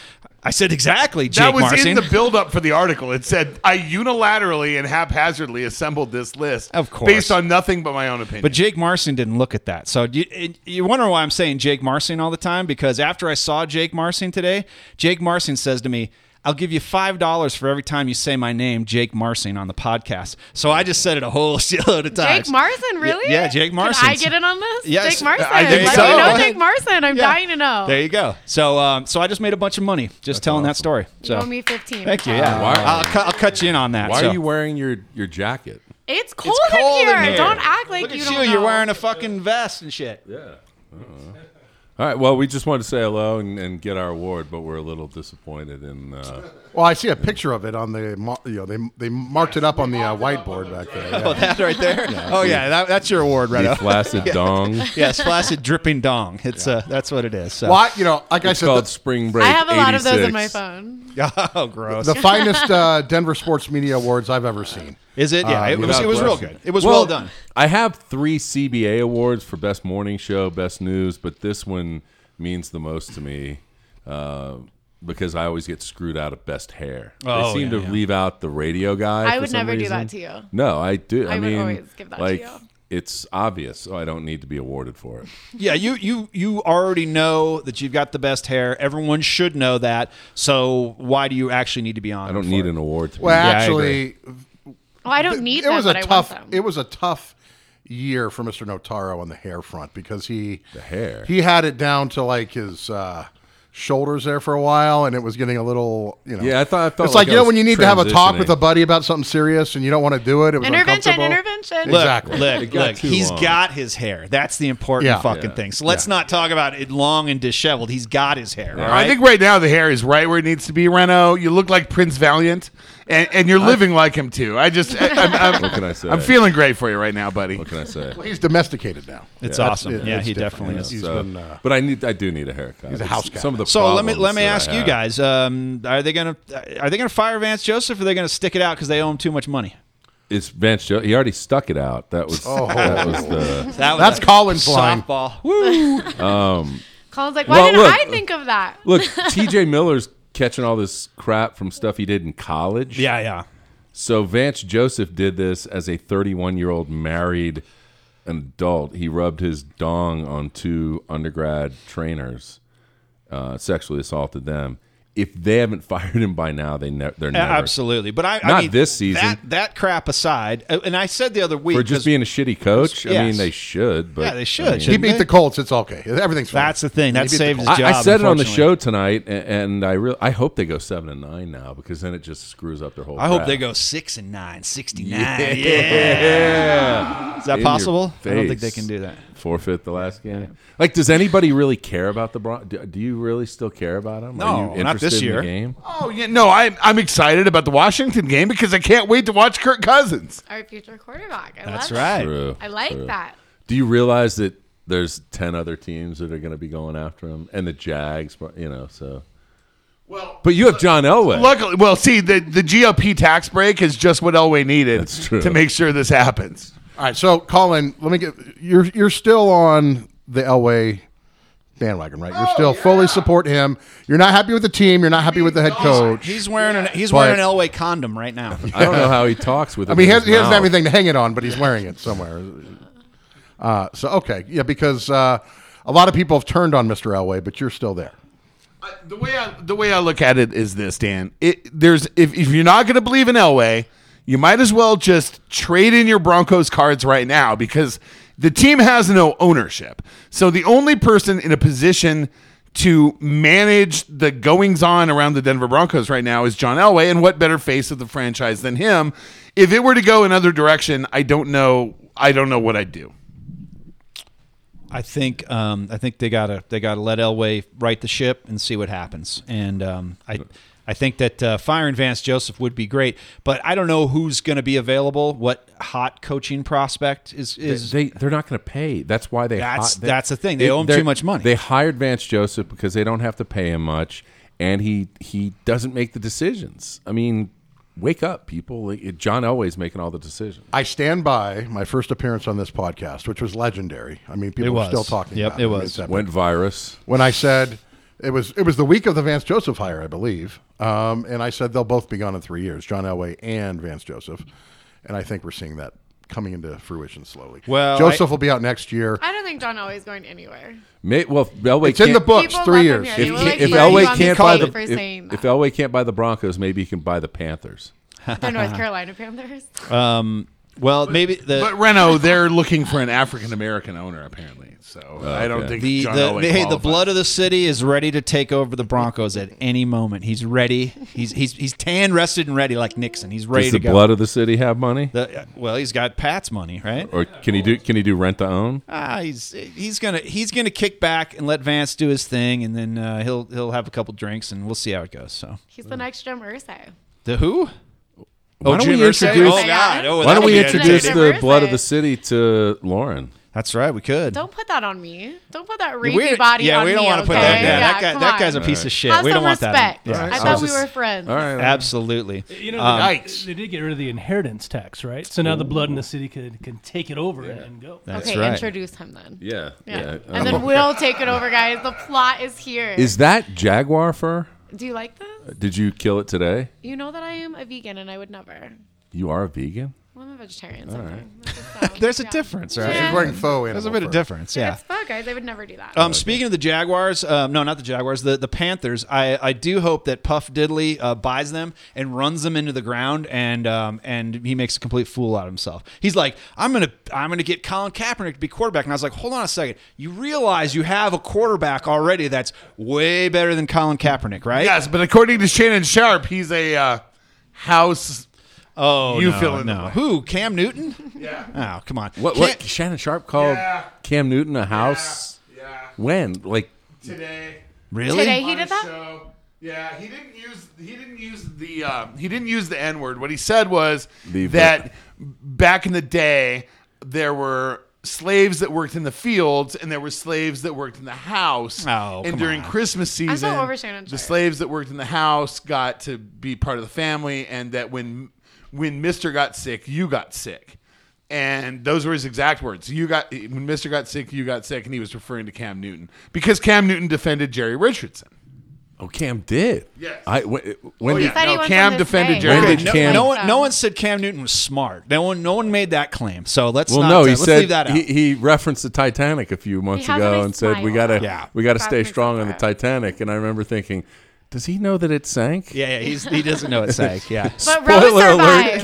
"I said exactly, Jake that was Marcin." in the build-up for the article. It said I unilaterally and haphazardly assembled this list, Of course. based on nothing but my own opinion. But Jake Marcin didn't look at that. So you, you wonder why I'm saying Jake Marcin all the time because after I saw Jake Marcin today, Jake Marcin says to me, I'll give you $5 for every time you say my name, Jake Marcin, on the podcast. So I just said it a whole shitload of times. Jake Marson, really? yeah, Jake Can I Marcin's- get in on this? Yes, Jake Marson. I think Let so. me know Yeah. Jake Marson. I'm Yeah. dying to know. There you go. So um, so I just made a bunch of money just telling that story. You So owe me 15. Thank you. Yeah. Wow. I'll, cu- I'll cut you in on that. Why so. are you wearing your your jacket? It's cold, cold in, here. in here. Don't act like Look you at don't you. You're know. wearing a fucking vest and shit. All right. Well, we just wanted to say hello and, and get our award, but we're a little disappointed in. Uh, Well, I see a picture of it on the, mar- you know, they, they marked it up on the uh, whiteboard back there. yeah. Oh, that right there. Oh yeah, that, that's your award, right? the flaccid dong. Yes, flaccid dripping dong. It's uh, that's what it is. So. Well, I- you know, like I It's said, called the- Spring Break. I have a lot of those in 86. my phone. Oh, gross. the, finest uh, Denver sports media awards I've ever seen. Is it? Yeah, Uh, it was. without It was real question. good. It was well, done. I have three CBA awards for best morning show, best news, but this one means the most to me uh, because I always get screwed out of best hair. Oh, they seem yeah, to yeah. leave out the radio guy. I for would some never do reason. that to you. No, I do. I, would mean, always give that to like, you. It's obvious, so I don't need to be awarded for it. Yeah, you you you already know that you've got the best hair. Everyone should know that. So why do you actually need to be on? I don't need an award to be. Well, I actually, Well, I don't need it them, was but a I tough. want them. It was a tough year for Mr. Notaro on the hair front because he the hair. he had it down to like his uh, shoulders there for a while, and it was getting a little you know. Yeah, I thought- I felt it's like, like I you know was when you need to have a talk with transitioning. a buddy about something serious and you don't want to do it. It was intervention, uncomfortable. intervention. Look, Exactly. Look, It got look. too He's long. got his hair. That's the important Yeah. fucking Yeah. thing. So let's not talk about it long and disheveled. He's got his hair. All right. I think right now the hair is right where it needs to be, Reno. You look like Prince Valiant, and, and you're living like him too. I just, I, I'm, I'm, What can I say? I'm feeling great for you right now, buddy. What can I say? He's domesticated now. it's That's- awesome. it- yeah, it's he different. definitely is. He's So- been, uh, but I need, I do need a haircut. He's a house cat. Some of the So let me problems let me that I ask you have. guys: um, Are they gonna are they gonna fire Vance Joseph? Or are they gonna stick it out because they owe him too much money? It's Vance. Jo- he already stuck it out. That was that was the. That was That's a Colin's line. softball. Colin's like, why Well, didn't look, I think of that? Look, TJ Miller's catching all this crap from stuff he did in college. Yeah, yeah. So Vance Joseph did this as a 31 year old married adult. He rubbed his dong on two undergrad trainers, uh, sexually assaulted them. If they haven't fired him by now, they ne- they're never. Absolutely, but I, I Not mean, this season. That, that crap aside, uh, and I said the other week, For 'cause- just being a shitty coach, I Yes. mean they should. But Yeah, they should, I mean- He shouldn't beat the Colts. It's okay. Everything's fine. that's the thing that He beat the saved his I, job. I said it on the unfortunately. show tonight, a- and, I really I hope they go seven and nine now because then it just screws up their whole. I hope draft. they go six and nine, 69. Yeah, Yeah. is that In your possible? I don't think they face. can do that. forfeit the last game. Like, does anybody really care about the Bron? Do, do you really still care about them? No, Are you not this interested in the year. game? Oh yeah, no, I, I'm excited about the Washington game because I can't wait to watch Kirk Cousins. Our future quarterback. I That's love right. True, It. I like true. that. Do you realize that there's ten other teams that are going to be going after him, and the Jags? You know, so. Well, but you have John Elway. Luckily, well, see, the, the GOP tax break is just what Elway needed That's true. to make sure this happens. All right, so Colin, let me get you're you're still on the Elway bandwagon, right? Oh, You're still fully support him. You're not happy with the team. You're not happy with the head coach. He's wearing an he's But- wearing an Elway condom right now. I don't know how he talks with. I mean, he, has, he doesn't have anything to hang it on, but he's wearing it somewhere. Uh, so okay, yeah, because uh, a lot of people have turned on Mr. Elway, but you're still there. Uh, the way I the way I look at it is this, Dan. It there's if, if you're not going to believe in Elway, you might as well just trade in your Broncos cards right now because the team has no ownership. So the only person in a position to manage the goings on around the Denver Broncos right now is John Elway, and what better face of the franchise than him? If it were to go another direction, I don't know. I don't know what I'd do. I think um, I think they gotta they gotta let Elway right the ship and see what happens. And um, I I think that uh, firing Vance Joseph would be great, but I don't know who's going to be available. What hot coaching prospect is is They they're not going to pay. That's why they. That's- hi- that's the thing. They owe him they're- too much money. They hired Vance Joseph because they don't have to pay him much, and he he doesn't make the decisions. I mean, wake up, people! Like, John Elway's making all the decisions. I stand by my first appearance on this podcast, which was legendary. I mean, people It are still was. talking. Yep, about it I mean, was. it's epic. Went virus. when I said it was it was the week of the Vance Joseph hire, I believe. Um, and I said they'll both be gone in three years, John Elway and Vance Joseph. And I think we're seeing that coming into fruition slowly. Well, Joseph will be out next year. I don't think John Elway's going anywhere. May, well, Elway It's in the can't- books. People three love him years. here. If, They were, he- like, throwing if you Elway on the can't buy street the for if, saying if that. Elway can't buy the Broncos, maybe he can buy the Panthers. the North Carolina Panthers. well maybe the But Reno, they're looking for an African American owner, apparently. So I don't Okay. think the, John the, Elway the- hey, the qualifies. blood of the city is ready to take over the Broncos at any moment. He's ready. He's he's he's tan, rested, and ready like Nixon. He's ready Does to the go. blood of the city have money, The- uh, well, he's got Pat's money, right? or can he do can he do rent to own? Ah, he's he's gonna he's gonna kick back and let Vance do his thing, and then uh, he'll he'll have a couple drinks, and we'll see how it goes. So He's the next Jim Irsay. the who? Why don't Jim we Irsay? introduce- Oh God! Oh, Why don't that'll we be introduce entertaining. the entertaining. blood of the city to Lauren? That's right. We could. Don't put that on me. Don't put that we, rapey body yeah, on we me. don't want okay? to put that. Yeah, Yeah, that guy. come That guy's a on. piece of shit. Have we don't some want respect. that. on- I Yeah. thought we Just- were friends. All right. Absolutely. You know, they, Yikes. Um, they did get rid of the inheritance tax, right? So now the blood in the city can can take it over and- and go. That's okay, right. introduce him then. Yeah, Um, Yeah. yeah. And then we'll take it over, guys. The plot is here. Is that jaguar fur? Do you like this? Did you kill it today? You know that I am a vegan and I would never. You are a vegan. Well, I'm a vegetarian. sometimes. That's just so- There's a yeah. difference, right? He's wearing faux There's a animal bit of fur. difference. Yeah. It's fun, guys. I would never do that. Um, Speaking of the Jaguars, um, no, not the Jaguars, the, the Panthers. I, I do hope that Puff Diddley uh, buys them and runs them into the ground, and um, and he makes a complete fool out of himself. He's like, I'm gonna I'm gonna get Colin Kaepernick to be quarterback, and I was like, hold on a second, you realize you have a quarterback already that's way better than Colin Kaepernick, right? Yes, but according to Shannon Sharp, he's a uh, house. Oh, You no, fill in the no. blank. Who? Cam Newton? Yeah. Oh, come on. What? Can't- What? Shannon Sharp called Yeah. Cam Newton a house. Yeah, When? Like today Really? Today he did that? show. Yeah, he didn't use he didn't use the uh, he didn't use the N word. What he said was The- that back in the day there were slaves that worked in the fields and there were slaves that worked in the house. Oh, and come during on. Christmas season, over Shannon the Sharp. slaves that worked in the house got to be part of the family, and that when when Mister got sick, you got sick. And those were his exact words. You got when Mister got sick, you got sick, and he was referring to Cam Newton because Cam Newton defended Jerry Richardson. oh, Cam did. Yes. I when, when Oh, did, yeah. Said he No, was Cam on this defended day. Jerry. When did no, Cam- no one, Um, no one said Cam Newton was smart. No one, no one made that claim. So let's Well, not. uh, no, he let's said leave that out. He, he referenced the Titanic a few months He has a ago nice and said we smile. gotta Yeah. we gotta That stay makes strong on the sense. Titanic. And I remember thinking, does he know that it sank? Yeah, yeah, he's, he doesn't know it's like, yeah. But Rose Spoiler alert, survived.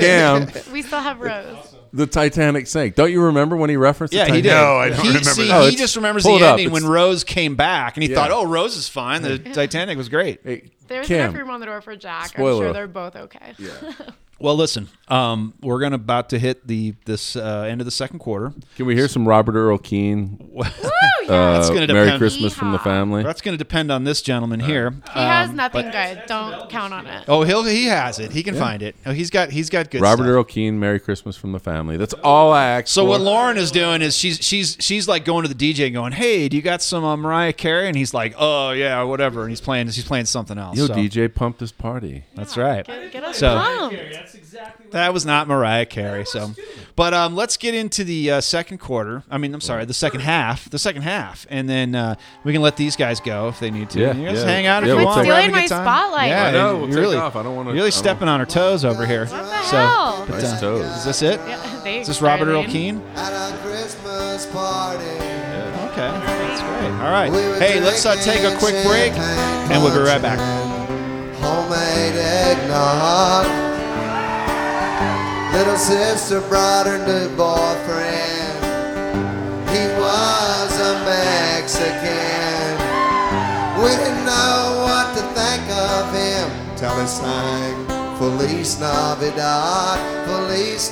Cam. We still have Rose. The Titanic sank. Don't you remember when he referenced? Yeah, the he Titanic? did. No, I don't he, remember that. See, No, he it's- just remembers the pull it up. ending when It's- Rose came back, and he Yeah. thought, "Oh, Rose is fine. The Titanic was great." Hey, There's Cam, enough room on the door for Jack. Spoiler. I'm sure they're both okay. Well, listen, um, we're gonna about to hit the this uh, end of the second quarter. Can we hear some Robert Earl Keane? That's gonna Oh, Merry depend. Christmas from the Yeehaw. family. That's going to depend on this gentleman here. Um, He has nothing uh, good. Don't count on it. Oh, he'll he has it. He can find it. Oh, he's got he's got good. Robert stuff. Earl Keane, Merry Christmas from the family. That's all I ask. So for. what Lauren is doing is she's she's she's like going to the DJ and going, "Hey, do you got some uh, Mariah Carey?" And he's like, "Oh yeah, or whatever." And he's playing he's playing something else. Yo, so. DJ, pump this party. That's right. Get us So- pumped. That was not Mariah Carey. So, but um, let's get into the uh, second quarter. I mean, I'm sorry, the second half. The second half, and then uh, we can let these guys go if they need to. Yeah, you guys yeah. hang out if Yeah, you we'll want. take- We're having a Stealing good my time. spotlight. Yeah, I know, and we'll you're take really, off. I don't wanna- You're really I don't- stepping on our toes over here. What the so, hell? but, Nice uh, Is toes. this it? Thanks, Is this Robert Earl Darlene. Keane? At our Christmas party. Okay, that's great. All right. Hey, let's uh, take a quick break, and we'll be right back. Homemade eggnog. Little sister brought her new boyfriend. He was a Mexican. We didn't know what to think of him till he sang Feliz Navidad, Feliz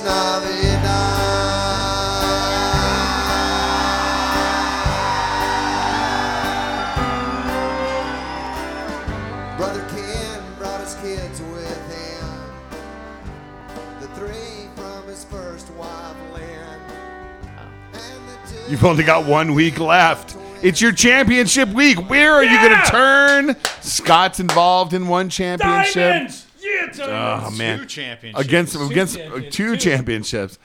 Navidad. Brother Ken brought his kids with him. The three from his first wife, Lynn. And the two You've only got one week left. It's your championship week. Where are you going to turn? Scott's involved in one championship. Diamonds! Yeah, diamonds! Oh man, Two championships. against against uh, championships. two Two. championships.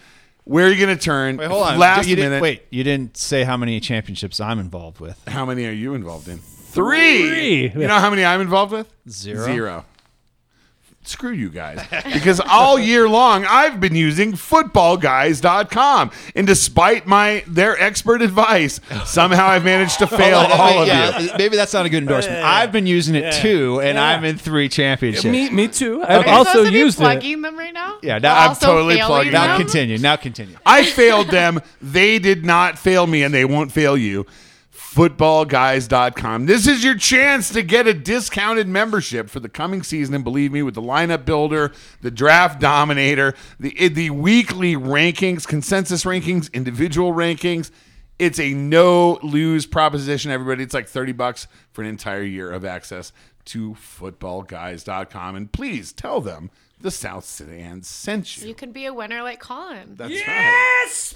Where are you going to turn? Wait, hold on. Last you didn't- minute. Wait, you didn't say how many championships I'm involved with. how many are you involved in? Three. Three. You know how many I'm involved with? Zero. Zero. Screw you guys. Because all year long I've been using footballguys.com. And despite my their expert advice, somehow I've managed to fail Hold on, all of yeah, you. Maybe that's not a good endorsement. I've been using it too, and I'm in three championships. Me, me too. Are I've we also supposed to be used it. plugging them right now. Yeah, now We're I'm also totally failing plugging now them? continue. Now continue. I failed them. They did not fail me, and they won't fail you. Footballguys.com. This is your chance to get a discounted membership for the coming season. And believe me, with the lineup builder, the draft dominator, the, eh, the weekly rankings, consensus rankings, individual rankings, it's a no lose proposition, everybody. It's like 30 bucks for an entire year of access to footballguys.com. And please tell them the South Sudan sent you. You could be a winner like Colin. That's right.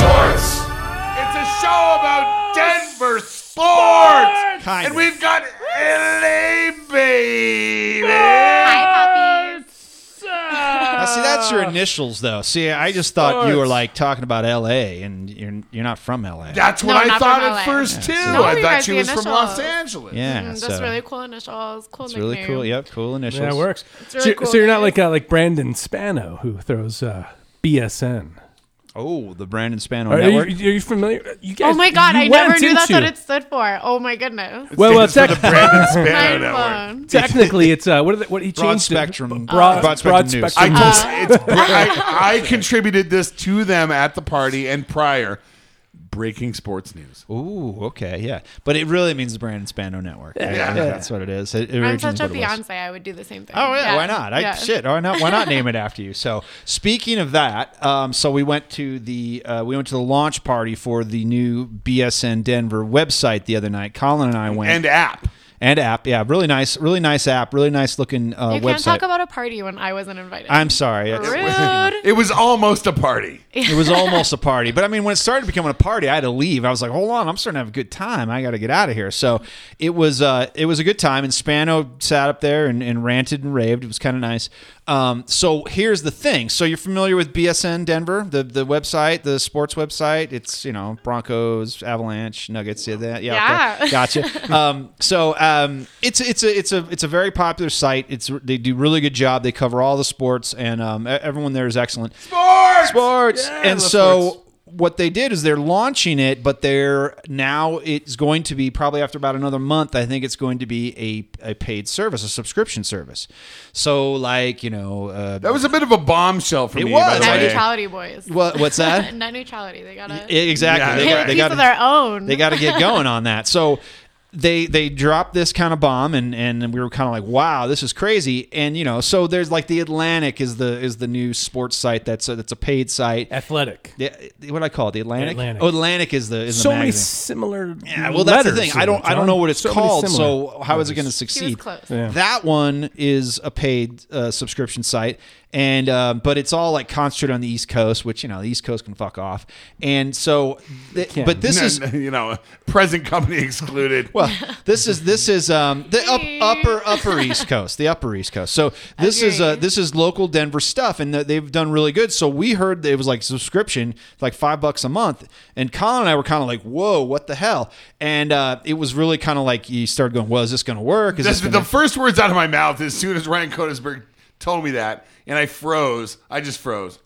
It's a show about Denver sports, Kind and of. we've got LA baby. Hi, puppies. Now, see, that's your initials, though. See, I just thought you were Uh, Sports. like talking about L.A. and you're you're not from L.A. That's what No, I not thought from at LA. first too. No, I you thought guys she the was from initials. Los Angeles. yeah, Mm, so That's really cool initials. Cool it's really nickname. cool. Yep, cool initials. That works. really so, cool so you're not name. like uh, like Brandon Spano who throws uh, BSN. Oh, the Brandon Spano Are you, are Network. you familiar? You guys, Oh my god, you I never went, knew that's didn't what you? it stood for. Oh my goodness. Well, well, Stands for tec- the Brandon Spano Mind Network. blown. technically, it's uh, what? Are they, what he changed Broad it- spectrum. Broad, Broad broad, spectrum news. spectrum. I, news. just, it's, br- I, I contributed this to them at the party and prior. Breaking sports news. Ooh, okay, yeah, but it really means the Brandon Spano Network. Yeah, that's what it is. It, it I'm originates such a what it was. Beyonce, I would do the same thing. Oh yeah, why not? I, yeah. Shit, why not? Why not name it after you? So speaking of that, um, so we went to the uh, we went to the launch party for the new BSN Denver website the other night. Colin and I went And app. and app, yeah, really nice, really nice app, really nice looking uh, You website. can't talk about a party when I wasn't invited. I'm sorry, it, rude. It was almost a party. it was almost a party, but I mean, when it started becoming a party, I had to leave. I was like, hold on, I'm starting to have a good time. I got to get out of here. So it was, uh, it was a good time. And Spano sat up there and, and ranted and raved. It was kind of nice. Um, so here's the thing. So you're familiar with BSN Denver, the the website, the sports website. It's you know Broncos, Avalanche, Nuggets. Yeah, that. Yeah. okay. Yeah. Gotcha. um, so um, it's it's a it's a it's a very popular site. It's they do a really good job. They cover all the sports, and um, e- everyone there is excellent. Sports, sports, and so. What they did is they're launching it, but they're now it's going to be probably after about another month. I think it's going to be a, a paid service, a subscription service. So like you know, uh, That was a bit of a bombshell for It me. was. By the Net way. neutrality boys. what, what's that? E, Net neutrality. They got a Yeah, exactly. they they, piece got- they of their own. they got to get going on that. So they they dropped this kind of bomb, and and we were kind of like, wow, this is crazy. And you know, so there's like the Atlantic is the is the new sports site that's a, that's a paid site. Athletic. Yeah, what do I call it? The Atlantic. Atlantic. Oh, Atlantic is the is so the many magazine. similar. Yeah, well, that's the letters thing. I in don't. it, I John. don't know what it's So many called. similar So how is it going to letters. succeed? close. Yeah. That one is a paid uh, subscription site, and uh, but it's all like concentrated on the East Coast, which you know the East Coast can fuck off. And so, th- but this is you know, present company excluded. well, this is this is um, the up, Hey. upper upper East Coast, the upper East Coast. So this is uh, Okay. this is local Denver stuff, and th- they've done really good. So we heard that it was like subscription, like five bucks a month, and Colin and I were kind of like, "Whoa, what the hell?" And uh, it was really kind of like you started going, "Well, is this going to work?" Is That's this the, gonna- first words out of my mouth as soon as Ryan Kodisberg told me that, and I froze. I just froze.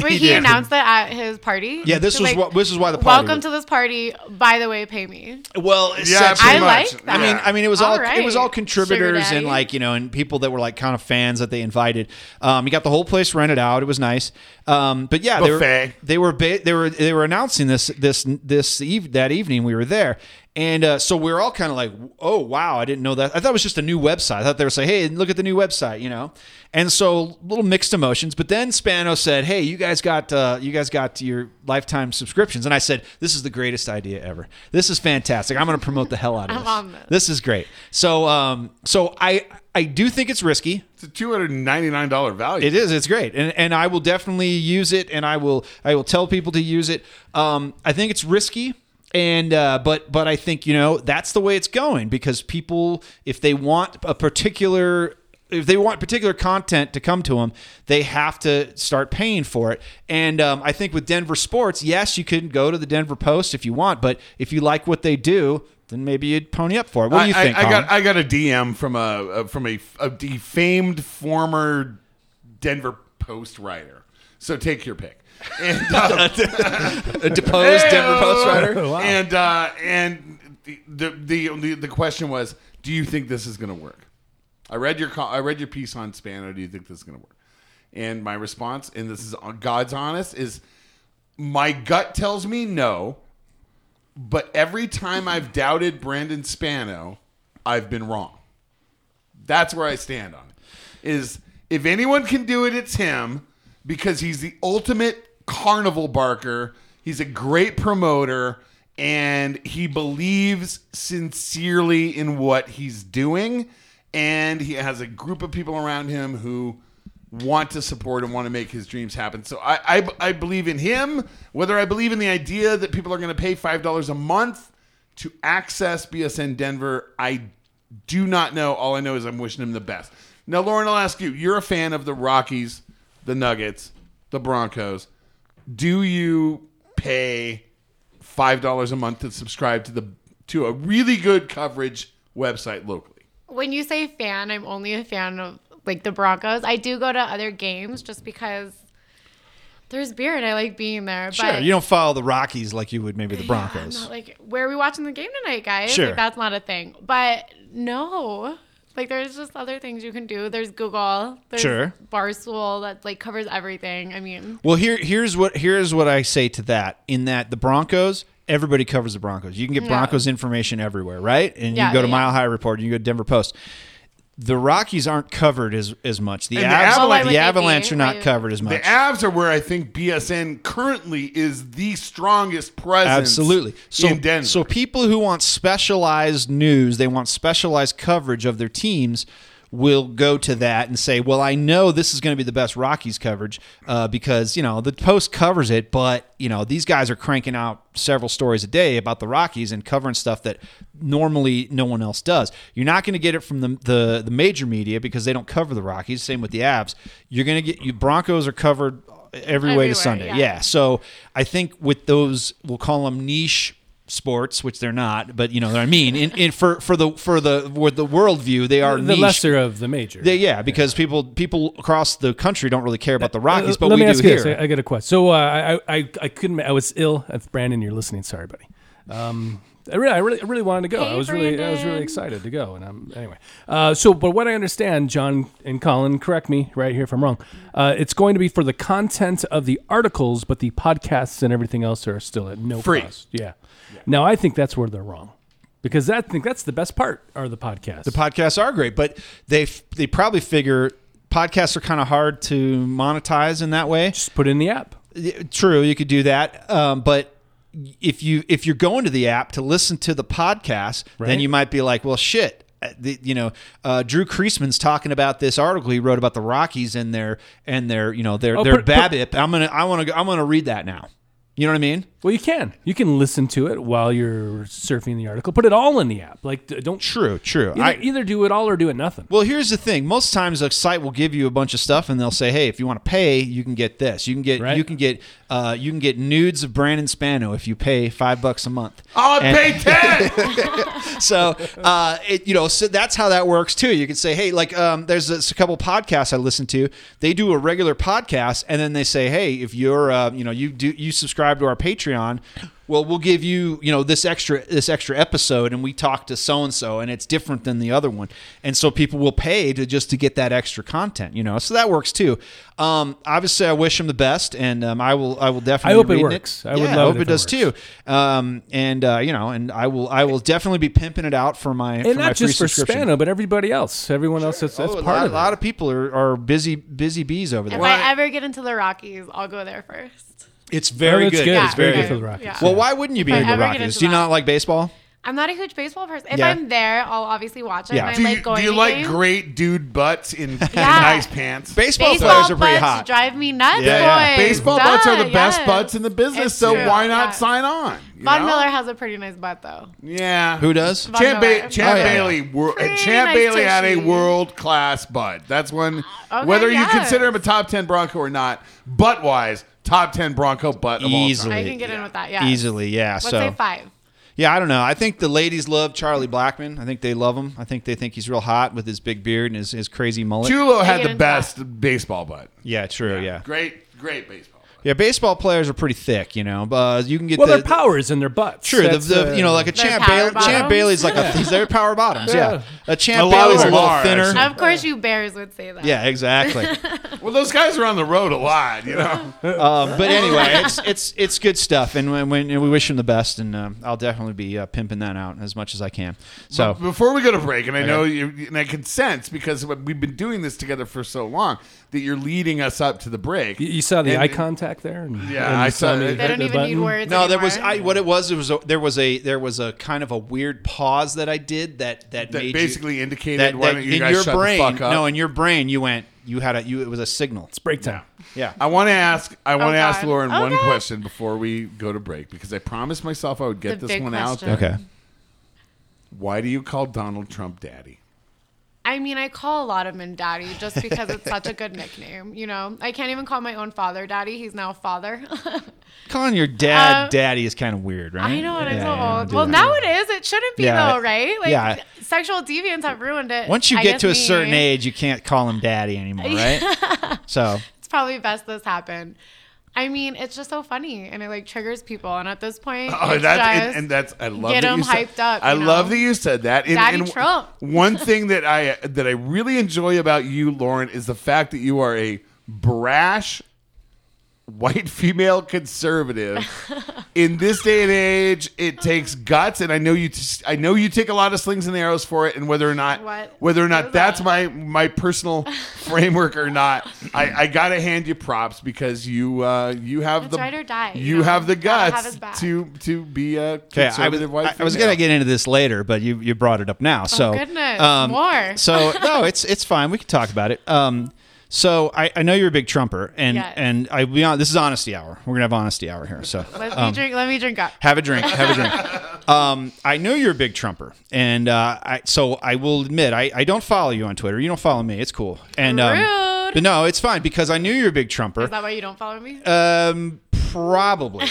Wait, he announced that at his party. Yeah, this He's was like, what- this is why the party Welcome was- to this party. By the way, pay me. well, Yeah, essentially- pretty I much. like I that. mean, Yeah. I mean, it was all, All it was all right, sugar contributors daddy. and like you know, and people that were like kind of fans that they invited. Um, you got the whole place rented out. It was nice. Um, but yeah, Buffet. they were they were ba- they were they were announcing this this this eve- that evening we were there, and uh, so we were all kind of like, oh wow, I didn't know that. I thought it was just a new website. I thought they were saying, hey, look at the new website, you know. And so little mixed emotions. But then Spano said, hey, you guys got uh, you guys got your lifetime subscriptions, and I said, this is the greatest idea ever. This is fantastic. I'm going to promote the hell out of I'm this. on this. This is great. So um, so I I do think it's risky. It's a two hundred and ninety nine dollar value. It is. It's great, and and I will definitely use it, and I will I will tell people to use it. Um, I think it's risky, and uh, but but I think you know that's the way it's going because people, if they want a particular if they want particular content to come to them, they have to start paying for it. And um, I think with Denver sports, yes, you can go to the Denver Post if you want, but if you like what they do, then maybe you'd pony up for it. What do you I, I- think? I, Colin? got I got a DM from a, a from a, a defamed former Denver Post writer. So take your pick. And, uh, a deposed Denver Post writer. and uh, and the, the the the question was, do you think this is going to work? I read your co- I read your piece on Spano. Do you think this is going to work? And my response, and this is on God's honest, is my gut tells me no. But every time I've doubted Brandon Spano, I've been wrong. That's where I stand on it. Is if anyone can do it, it's him because he's the ultimate carnival barker. He's a great promoter and he believes sincerely in what he's doing. And he has a group of people around him who want to support and want to make his dreams happen. So I, I, I believe in him. Whether I believe in the idea that people are going to pay $5 a month to access BSN Denver, I do not know. All I know is I'm wishing him the best. Now, Lauren, I'll ask you. You're a fan of the Rockies, the Nuggets, the Broncos. Do you pay five dollars a month to subscribe to the to a really good coverage website locally? when you say fan, I'm only a fan of like the Broncos. I do go to other games just because there's beer and I like being there. Sure, but you don't follow the Rockies like you would maybe the I'm Broncos. not like, where are we watching the game tonight, guys? Sure. Like, that's not a thing. But no. Like there's just other things you can do. There's Google. There's Sure. Barstool that like covers everything. I mean, well, here here's what here's what I say to that. In that the Broncos, everybody covers the Broncos. You can get Broncos information everywhere, right? And you Yeah, can go to yeah. Mile High Report, you can go to Denver Post. The Rockies aren't covered as as much. The, And the Avs- Avalanche- Well, why would the they be? Avalanche are Why not would- covered as The much. Avs are where I think BSN currently is the strongest presence. Absolutely. So, in Denver. so people who want specialized news, they want specialized coverage of their teams. will go to that and say, "Well, I know this is going to be the best Rockies coverage uh, because you know the Post covers it, but you know these guys are cranking out several stories a day about the Rockies and covering stuff that normally no one else does. You're not going to get it from the, the the major media because they don't cover the Rockies. Same with the Abs. You're going to get you Broncos are covered every way Everywhere, to Sunday. yeah. yeah. So I think with those, we'll call them niche sports, which they're not, but you know what I mean. In, in for for the for the with the worldview, they are the niche. lesser of the major. They- yeah, because people people across the country don't really care about the Rockies, but Uh, Let we me do ask you here. this. I, I got a question. So uh, I, I- I, I couldn't. I was ill. That's Brandon. You're listening. Sorry, buddy. Um, I really, I really, I really wanted to go. Hey, I was really, I was Brandon. really excited to go. And I'm anyway. Uh, so, but what I understand, John and Colin, correct me right here if I'm wrong. Uh, it's going to be for the content of the articles, but the podcasts and everything else are still at no Free. cost. Yeah. Now I think that's where they're wrong, because that, I think that's the best part are the podcasts. The podcasts are great, but they f- they probably figure podcasts are kind of hard to monetize in that way. Just put it in the app. Yeah, True, you could do that, um, but if you if you're going to the app to listen to the podcast, Right. then you might be like, well, shit. uh, The, you know, uh, Drew Kreisman's talking about this article he wrote about the Rockies and their and their you know their Oh, their put- put- BABIP. I'm gonna I want to I'm gonna read that now. You know what I mean? Well, you can. You can listen to it while you're surfing the article. Put it all in the app. Like, d- don't True, true. Either, either do it all or do it nothing. Well, here's the thing. Most times, a site will give you a bunch of stuff, and they'll say, "Hey, if you want to pay, you can get this. You can get Right. you can get uh, you can get nudes of Brandon Spano if you pay five bucks a month." I'll And- pay ten. so uh, it, you know so that's how that works too you could say hey like um, there's this- a couple podcasts i listen to they do a regular podcast and then they say hey if you're uh, you know you do you subscribe to our patreon well we'll give you you know this extra this extra episode and we talk to so and so and it's different than the other one and so people will pay to just to get that extra content you know so that works too um, obviously i wish him the best and um, i will i will definitely hope it read works. I would Yeah, love hope it it, if it does works. too um, and uh, you know, and I will, I will definitely be pimping it out for my, and for my not just free for subscription. Spano, but everybody else. Everyone else that's, that's Oh, a part lot, of it. a lot of people are, are busy, busy bees over there. If I ever get into the Rockies, I'll go there first. it's Oh, very that's good. good. Yeah, It's very good okay. for the Rockies. Yeah. Well, why wouldn't you be If I into ever get Rockies? into Do you not that- like baseball? I'm not a huge baseball person. If Yeah. I'm there, I'll obviously watch it. Yeah. And I Do you, like going do you to like games. great dude butts in, in Yeah. nice pants? Baseball, Baseball players are pretty butts hot. drive me nuts, Yeah, boys. yeah. Baseball Duh, butts are the best yes. butts in the business, It's so true, why not yeah. sign on? you Von know? Miller has a pretty nice butt, though. Yeah. Who does? Von Champ, Miller. ba- Champ Oh, yeah. Bailey, wor- Pretty Champ nice Bailey had a tushy. world class butt. That's one. Okay, whether yes. you consider him a top ten Bronco or not, butt wise, top ten Bronco butt of all time. Easily. I can get in with that. Yeah, Easily, yeah. Let's so say five. Yeah, I don't know. I think the ladies love Charlie Blackman. I think they love him. I think they think he's real hot with his big beard and his, his crazy mullet. Chulo get had the into best baseball butt. Yeah, true. Yeah. yeah, Great, great baseball. butt. Baseball players are pretty thick. You know, uh, you can get well, the, their powers and their butts. Sure, the, That's, the, uh, you know like a They're champ power Bailey. Champ bottoms. Bailey's like a they're power bottoms. Yeah, Yeah. a champ A lot Bailey's a of little Lars. thinner. Yeah. Of course, you bears would say that. yeah, exactly. Well, those guys are on the road a lot, you know. um, but anyway, it's it's it's good stuff, and when, when and we wish him the best, and um, I'll definitely be uh, pimping that out as much as I can. So Before we go to break, and I know you, and I can sense because we've been doing this together for so long that you're leading us up to the break. You, you saw the And- eye contact there. And, Yeah, and I you saw me it. hit they don't the even need button? words. No, there anymore. was I what it was. It was a, there was a there was a kind of a weird pause that I did that that, That made you- basically indicated, that, why that don't you in guys your shut the brain, fuck up? No, in your brain, you went. You had a you. It was a signal. Breakdown. Yeah. I want to ask. I want to ask God. Lauren Oh, one God. question before we go to break because I promised myself I would get The this big one question. out there. Why do you call Donald Trump daddy? I mean, I call a lot of men daddy just because it's such a good nickname. You know, I can't even call my own father daddy. He's now father. Calling your dad Uh, daddy is kind of weird, right? I know, and I'm Yeah, so yeah, I old. do Well, that. now it is. It shouldn't be Yeah. though, right? Like, Yeah. sexual deviants have ruined it. Once you I get guess to a me. certain age, you can't call him daddy anymore, right? So it's probably best this happened. I mean, it's just so funny, and it like triggers people. And at this point, Oh, it's that's and, just- and that's I love get that him you said, hyped up, I you love know? that you said that. And, Daddy and Trump. one thing that I that I really enjoy about you, Lauren, is the fact that you are a brash white female conservative. in this day and age, it takes guts, and I know you. T- I know you take a lot of slings and arrows for it, and whether or not What whether or not was that's that? my my personal framework or not, I, I gotta hand you props because you uh, you have It's the ride or die, You, you know? have the Gotta have his guts back. to to be a Okay, I conservative was, white. I, I was female. gonna get into this later, but you, you brought it up now. so Oh, um, goodness, more. so no, it's it's fine. We can talk about it. Um, so I, I know you're a big Trumper, and Yes. and I be honest, this is honesty hour. We're gonna have honesty hour here. So Let me drink. Let me drink up. have a drink. Have a drink. Um, I know you're a big Trumper, and uh, I, so I will admit I, I don't follow you on Twitter. You don't follow me. It's cool. And um, Rude. But no, it's fine because I knew you're a big Trumper. Is that why you don't follow me? Um, probably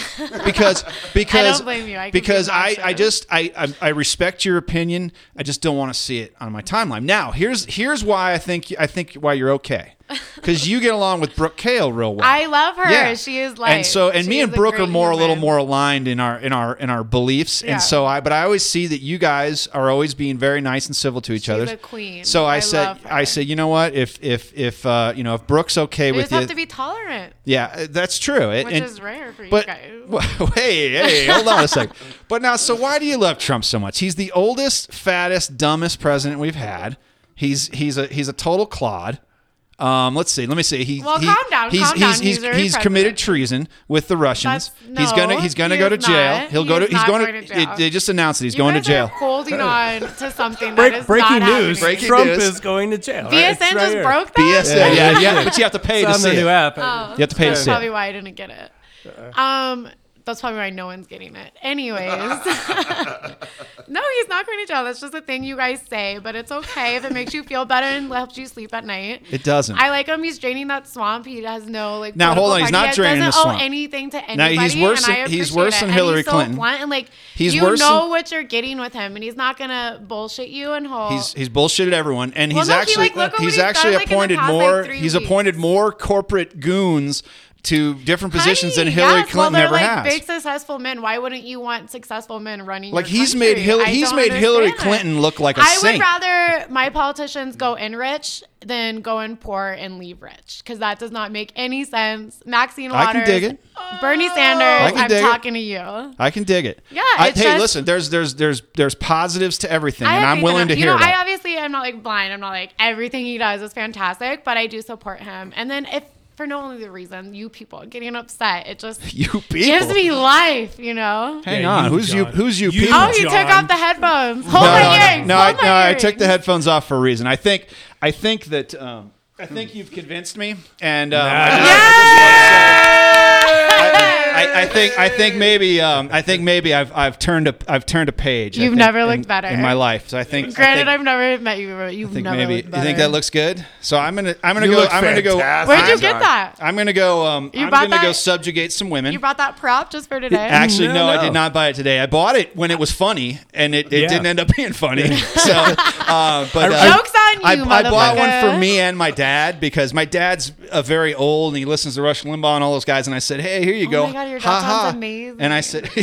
because because blame you. I can be because I, I obnoxious. just I, I I respect your opinion. I just don't want to see it on my timeline. Now here's here's why I think I think why you're okay because you get along with Brooke Kale real well. I love her. Yeah. She is like. and so and she me is and a Brooke are great more a little human. more aligned in our in our in our beliefs. Yeah. And so I but I always see that you guys are always being very nice and civil to each other. a queen. So I, I said love her. I said, you know what, if if if uh, you know if Brooke's okay You with just you have to be tolerant, yeah, uh, that's true. It- which and- is rare for you but guys. hey, hey, hold on a second. But now, so why do you love Trump so much? He's the oldest, fattest, dumbest president we've had. He's he's a he's a total clod. Um, let's see. Let me see. He, Well, he- calm down, He's, calm he's, down. He's, He's already he's committed president. treason with the Russians. That's- he's no, gonna he's gonna he go is to jail. not. He'll He go to is he's not going, going to it- jail. they just announced that he's You going to guys Are jail. holding on to something that Break, is breaking not news. Happening. Breaking Trump news. is going to jail. Right? BSN It's right just here. broke that. BSN. Yeah, yeah, but you have to pay to It's on see their new it. app. Oh, You have to pay to that's see it. probably why I didn't get it. Um, that's probably why no one's getting it. Anyways, no, he's not going to jail. That's just a thing you guys say, but it's okay if it makes you feel better and helps you sleep at night. It doesn't. I like him. He's draining that swamp. He has no like. Now, hold political party. on, he's not He draining doesn't the Owe swamp. anything to anybody. Now, he's worse And I than- he's appreciate worse it. than And Hillary he's so Clinton. blunt and like He's you worse know than- what you're getting with him, and he's not gonna bullshit you and hold. He's he's bullshitted everyone, and Well, he's no, he, actually like, look at what he's, he's done, actually like, in the appointed past, like, more three he's weeks. appointed more corporate goons to different positions than Honey, Hillary yes, Clinton well, ever they're like has. Big successful men. Why wouldn't you want successful men running? Like, your he's made country? Hil- I he's don't made Hillary understand that. Clinton look like a I saint. would rather my politicians go in rich than go in poor and leave rich because that does not make any sense. Maxine I Waters, can dig it. Bernie Sanders. can I'm dig it. talking to you. I can dig it. Yeah, I, it's hey, just- listen. There's there's there's there's positives to everything, I and have I'm faith in willing him. to you hear know, that. I obviously am not like blind. I'm not like everything he does is fantastic, but I do support him. And then if for no only reason you people getting upset, it just you people. gives me life. You know. Hang Yeah, on. you, who's you? John. Who's you? You- people? Oh, he John. took off the headphones. Hold no, my no, no, earrings. no, Hold I, my no, I earrings. took the headphones off for a reason. I think I think that um, I think you've convinced me, and um, I, I think I think maybe um, I think maybe I've I've turned a I've turned a page. I You've think, never in- looked better. in my life. So I think Granted, I I've think, never met you, but you've I think never maybe looked you think better. that looks good. So I'm gonna I'm gonna You go look I'm gonna go fantastic. Where'd you I'm get sorry. that? I'm gonna go um You I'm bought gonna go that- subjugate some women. You brought that prop just for today. Actually, no, Mm, No, I no. did not buy it today. I bought it when it was funny, and it, it Yeah. didn't end up being funny. So, uh, but uh, Jokes on I, you, I bought one motherfucker. for me and my dad because my dad's uh, very old and he listens to Rush Limbaugh and all those guys. And I said, "Hey, here you go." Oh my God, your dad Ha sounds ha. amazing. And I said,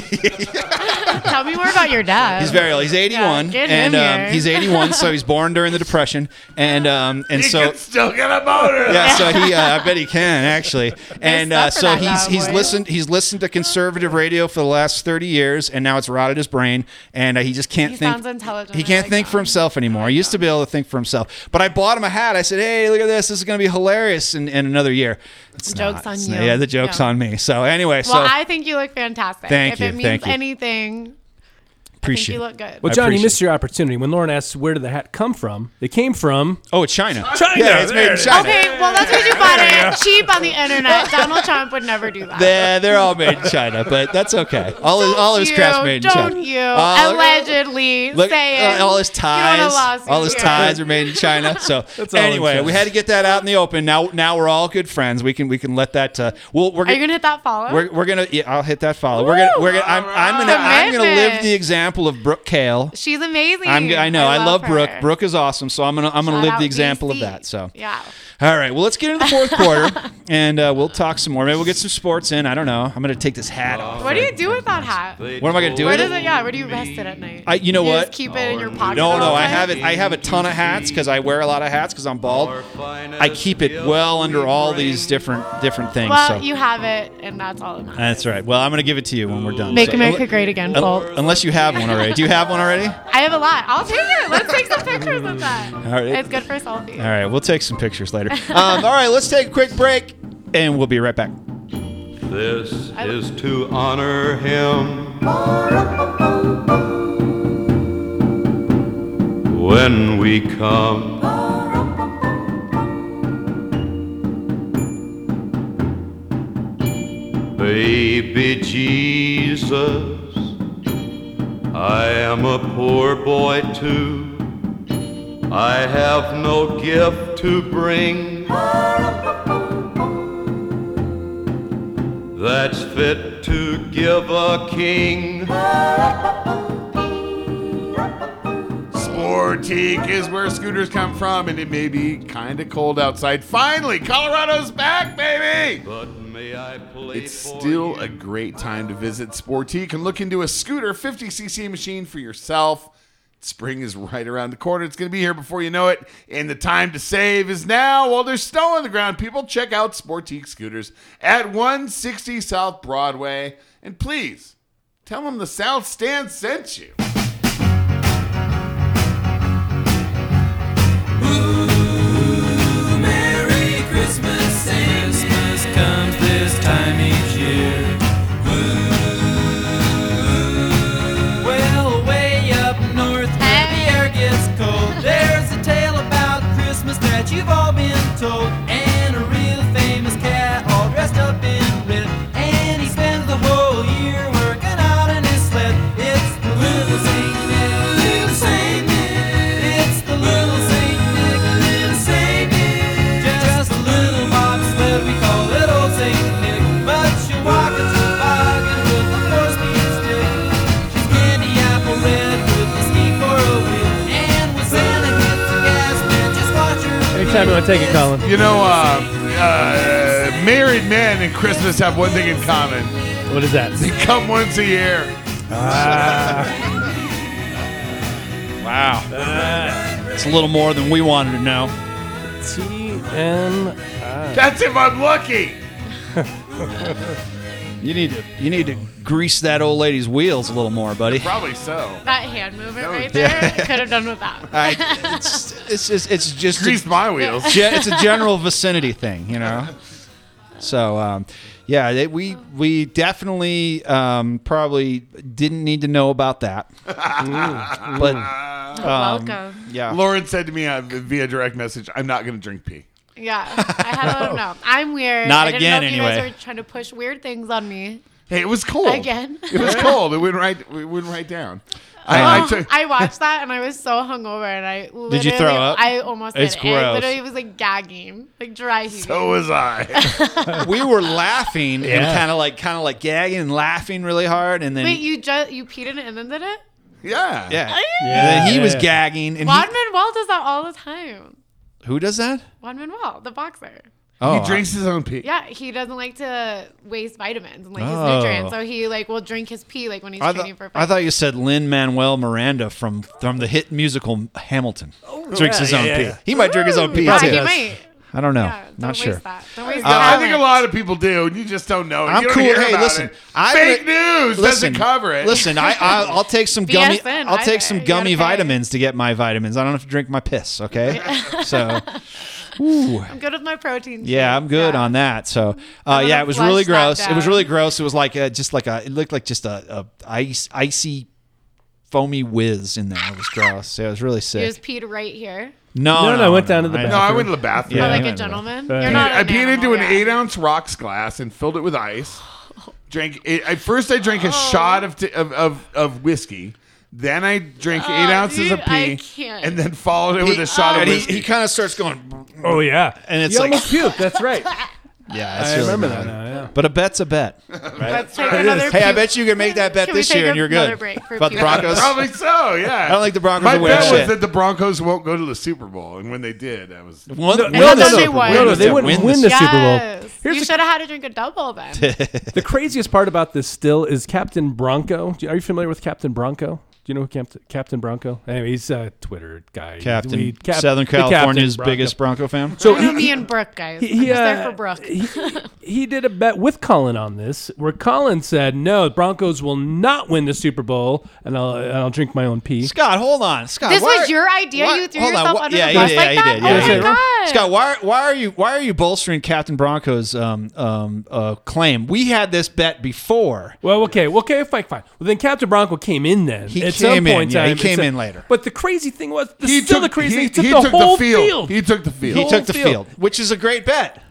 Tell me more about your dad. He's very old. He's 81, get and him um, here. he's 81, so he's born during the depression, and um, and You so can still get a boner. yeah, so he uh, I bet he can actually, and uh, stuff for so that he's guy, he's boy. listened he's listened to conservative radio for the last 30 years, and now it's rotted his brain, and uh, he just can't He think. sounds intelligent. He I can't like think for that. himself anymore. He used to be able to think for himself, but I bought him a hat. I said, "Hey, look at this. This is going to be hilarious in, in another year." It's Joke's not. on It's you. not- Yeah, the joke's No. on me. So anyway, so well, I think you look fantastic. Thank if you, it means thank you. anything, I think appreciate. you it. look good. Well, I John, you appreciate missed your opportunity. When Lauren asks, where did the hat come from? It came from. Oh, it's China. China, Yeah, it's made there in it is. China. okay, well, that's what you bought it. Cheap on the internet. Donald Trump would never do that. They're, they're all made in China, but that's okay. All his, all his you, crafts made in don't China. you? Uh, look at- Allegedly, Look, say it. uh, all his You want a ties, lawsuit all his here. ties are made in China. So That's all in anyway, China. we had to get that out in the open. Now, now we're all good friends. We can, we can let that. Uh, we'll, we're Are you gonna, gonna hit that follow? we're, we're gonna. Yeah, I'll hit that follow. We're gonna, Woo! we're gonna. I'm, I'm gonna, I'm gonna live Commitment. the example of Brooke Kale. She's amazing. I'm, I know. I, love, her. Brooke. Brooke is awesome. So I'm gonna, I'm gonna Shout live out the example DC. of that. So yeah. All right. Well, let's get into the fourth quarter, and uh, we'll talk some more. Maybe we'll get some sports in. I don't know. I'm gonna take this hat off. What do you do with that hat? What am I gonna do Where with does it? it? Yeah, where do you rest it at night? I- you know Do what? Just keep it in your pocket. No, all no, I day? have it. I have a ton of hats because I wear a lot of hats because I'm bald. I keep it well under all these different different things. Well, so. you have it, and that's all that matters. That's all right. Well, I'm gonna give it to you when we're done. Make So- America great again, Un- folks. unless you have one already. Do you have one already? All I have a lot. I'll take it. Let's take some pictures of that. right. It's good for selfie. right, we'll take some pictures later. Um, all right, let's take a quick break, and we'll be right back. This is to honor him. When we come, baby Jesus, I am a poor boy too. I have no gift to bring. that's fit to give a king. Sportique is where scooters come from, and it may be kind of cold outside. Finally, Colorado's back, baby! But may I play It's for still you? a great time to visit Sportique and look into a scooter 50cc machine for yourself. Spring is right around the corner. It's going to be here before you know it. And the time to save is now. While there's snow on the ground, people check out Sportique scooters at 160 South Broadway. And please tell them the South Stand sent you. Well, way up north where the air gets cold, there's a tale about Christmas that you've all been told. And a real famous cat, all dressed up in red, and he spends the whole year working out in his sled. It's the little Saint Nick, little Saint Nick. It's the little Saint Nick, little Saint Nick. Just a little bobsled, we call it old Saint Nick. But she walk a toboggan with a four-speed stick. She's candy apple red with the ski for a wheel. And when Santa hits the gas, man, just watch her. Anytime you want to take it, Colin. You know, uh, uh, married men and Christmas have one thing in common. What is that? They come once a year. Wow, it's a little more than we wanted to know. T M. That's if I'm lucky. You need to you need to grease that old lady's wheels a little more, buddy. Probably so. That hand movement right there yeah. could have done without. I, it's, it's just it's just a- Greased my wheels. ge- it's a general vicinity thing, you know. So, um, yeah, they, we we definitely um, probably didn't need to know about that, Mm. but Welcome. yeah, Lauren said to me uh, via direct message, "I'm not going to drink pee." Yeah, I had to let him know. I'm weird. Not I didn't again, know if You anyway. guys were trying to push weird things on me. Hey, it was cold Again? It was cold. It went right. It went right down. I, I Oh, took. I watched that and I was so hungover and I literally, Did you throw up? I almost It's did. And I gross. literally was like gagging, like dry heaving. So was I. we were laughing and Yeah. kind of like kind of like gagging and laughing really hard, and then Wait, you just you peed in it and then did it? Yeah. yeah, and then he Yeah, was yeah. gagging, and Juan he, Manuel does that all the time. who does that? Juan Manuel, the boxer. Oh, He drinks his own pee. Yeah, he doesn't like to waste vitamins and like his Oh. nutrients, so he like will drink his pee like when he's I, training thought- for. a I fight. thought you said Lynn Manuel Miranda from from the hit musical Hamilton Oh, drinks his own pee. He might drink his own pee yeah, too. he might. I don't know. Yeah, don't Not waste sure. that. Don't waste Uh, I that. think a lot of people do, and you just don't know. it. I'm you don't cool. Hear Hey, about listen, it. I'm fake gonna- news doesn't cover it. Listen, I, I I'll take some gummy. BSN, I'll take I- some you gotta gummy pay. vitamins to get my vitamins. I don't have to drink my piss. Okay, so I'm good with my protein. yeah, shakes, I'm good yeah. on that. So uh, gonna yeah, it was flush really that gross. It was down. really gross. It was like a, just like a. It looked like just a, a ice icy. Foamy whiz in there. It was gross. Yeah, it was really You sick. just peed right here. No, No, no, I went down to the no, I went to the bathroom. Or Yeah. like I a know. gentleman. Uh, You're Peed- not. I an peed animal, into an yeah. eight-ounce rocks glass and filled it with ice. Drank it, at first. I drank a shot of, t- of of of whiskey. Then I drank eight Oh, ounces of dude, I pee, can't. and then followed it with a shot of And he, whiskey. he kind of starts going, Oh yeah, and it's you like, almost puke. That's right. Yeah, I it's really remember bad. that now, yeah. But a bet's a bet. Let's take another hey, I puke- bet you can make that bet Can we this take year, and you're another good. break for About the puke? Broncos. Probably so. Yeah. I don't like the Broncos My to win bet shit. was that the Broncos won't go to the Super Bowl, and when they did, I was One- No, win no, then no, the they Super won. Bowl. No, no, they Win wouldn't the win Super the Super Bowl. Yes. Here's you the- should have had to drink a double then. The craziest part about this still is Captain Bronco. Do you- Are you familiar with Captain Bronco? Do you know who Cap- Captain Bronco? Anyway, he's a Twitter guy. Captain, We- Cap- Southern the Captain California's Bronco. biggest Bronco fan. So I know me and Brooke, guys. he, I'm he, just there uh, for Brooke. he, he did a bet with Colin on this, where Colin said, "No, Broncos will not win the Super Bowl, and I'll and I'll drink my own pee." Scott, hold on, Scott. This why was are- your idea? You threw hold on, yourself wh- under yeah, the he bus did, like yeah, that? he did, Oh yeah, my he did. God. Scott, why why are you why are you bolstering Captain Bronco's um, um, uh, claim? We had this bet before. Well, okay, well, okay, fine, fine. Well, then Captain Bronco came in then. He at came some in, point yeah, he time, came it's a- in later. But the crazy thing was, the, He still took- the crazy he- thing. He took he the took the whole field. field. He took the field. The He whole took the field, which is a great bet.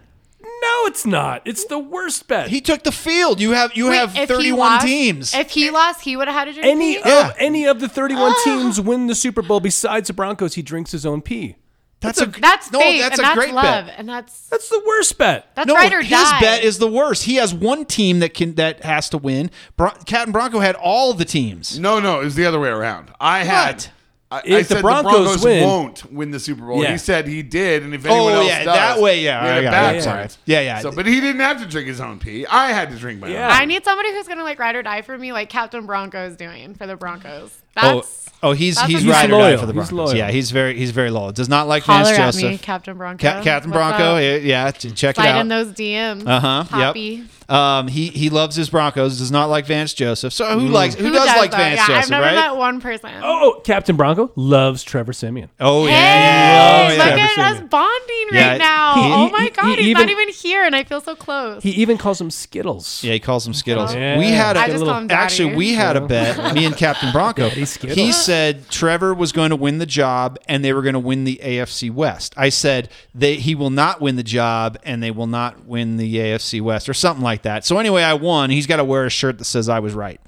No, it's not. It's the worst bet. He took the field. You have you Wait, have if he 31 lost- teams. If he lost, he would have had to drink any pee. Yeah. Ah. of any of the 31 teams win the Super Bowl besides the Broncos, he drinks his own pee. that's a That's no, faith, that's and a that's great love, bet. and that's That's the worst bet. that's no, right or his die. bet is the worst. He has one team that can that has to win. Bron- Captain Bronco had all the teams. No, no, it was the other way around. I had. What? I, I If the said the Broncos Broncos, win- won't win the Super Bowl. Yeah. He said he did, and if anyone else Oh, yeah, does, that way, yeah, we had I it got it, yeah, backwards. yeah, yeah. So, but he didn't have to drink his own pee. I had to drink my Yeah. own. I need somebody who's gonna like ride or die for me, like Captain Bronco is doing for the Broncos. That's oh, oh, he's that's he's what- ride He's or die loyal. for the He's Broncos. loyal. yeah, he's very he's very loyal. Does not like holler Vance at Joseph. me, Captain Bronco. Ca- Captain What's Bronco, up? eh, yeah, t- check it Slide out. in those DMs. uh huh. Poppy. Yep. Um, he he loves his Broncos. Does not like Vance Joseph. So who likes who, Mm. Who does, like though? Vance yeah, Joseph? I've never right? met one person. Oh, Captain Bronco loves Trevor Simeon. oh yeah. Hey, yeah, yeah, look yeah. at us bonding Yeah, right now. he- oh he- my he- God, he he's not even- even here, and I feel so close. He even calls him Skittles. Yeah, he calls them Skittles. Yeah. We had a Oh, I just call him Daddy. actually we had a bet. me and Captain Bronco. He said Trevor was going to win the job, and they were going to win the AFC West. I said they he will not win the job, and they will not win the AFC West, or something like that. So anyway, I won. He's got to wear a shirt that says I was right,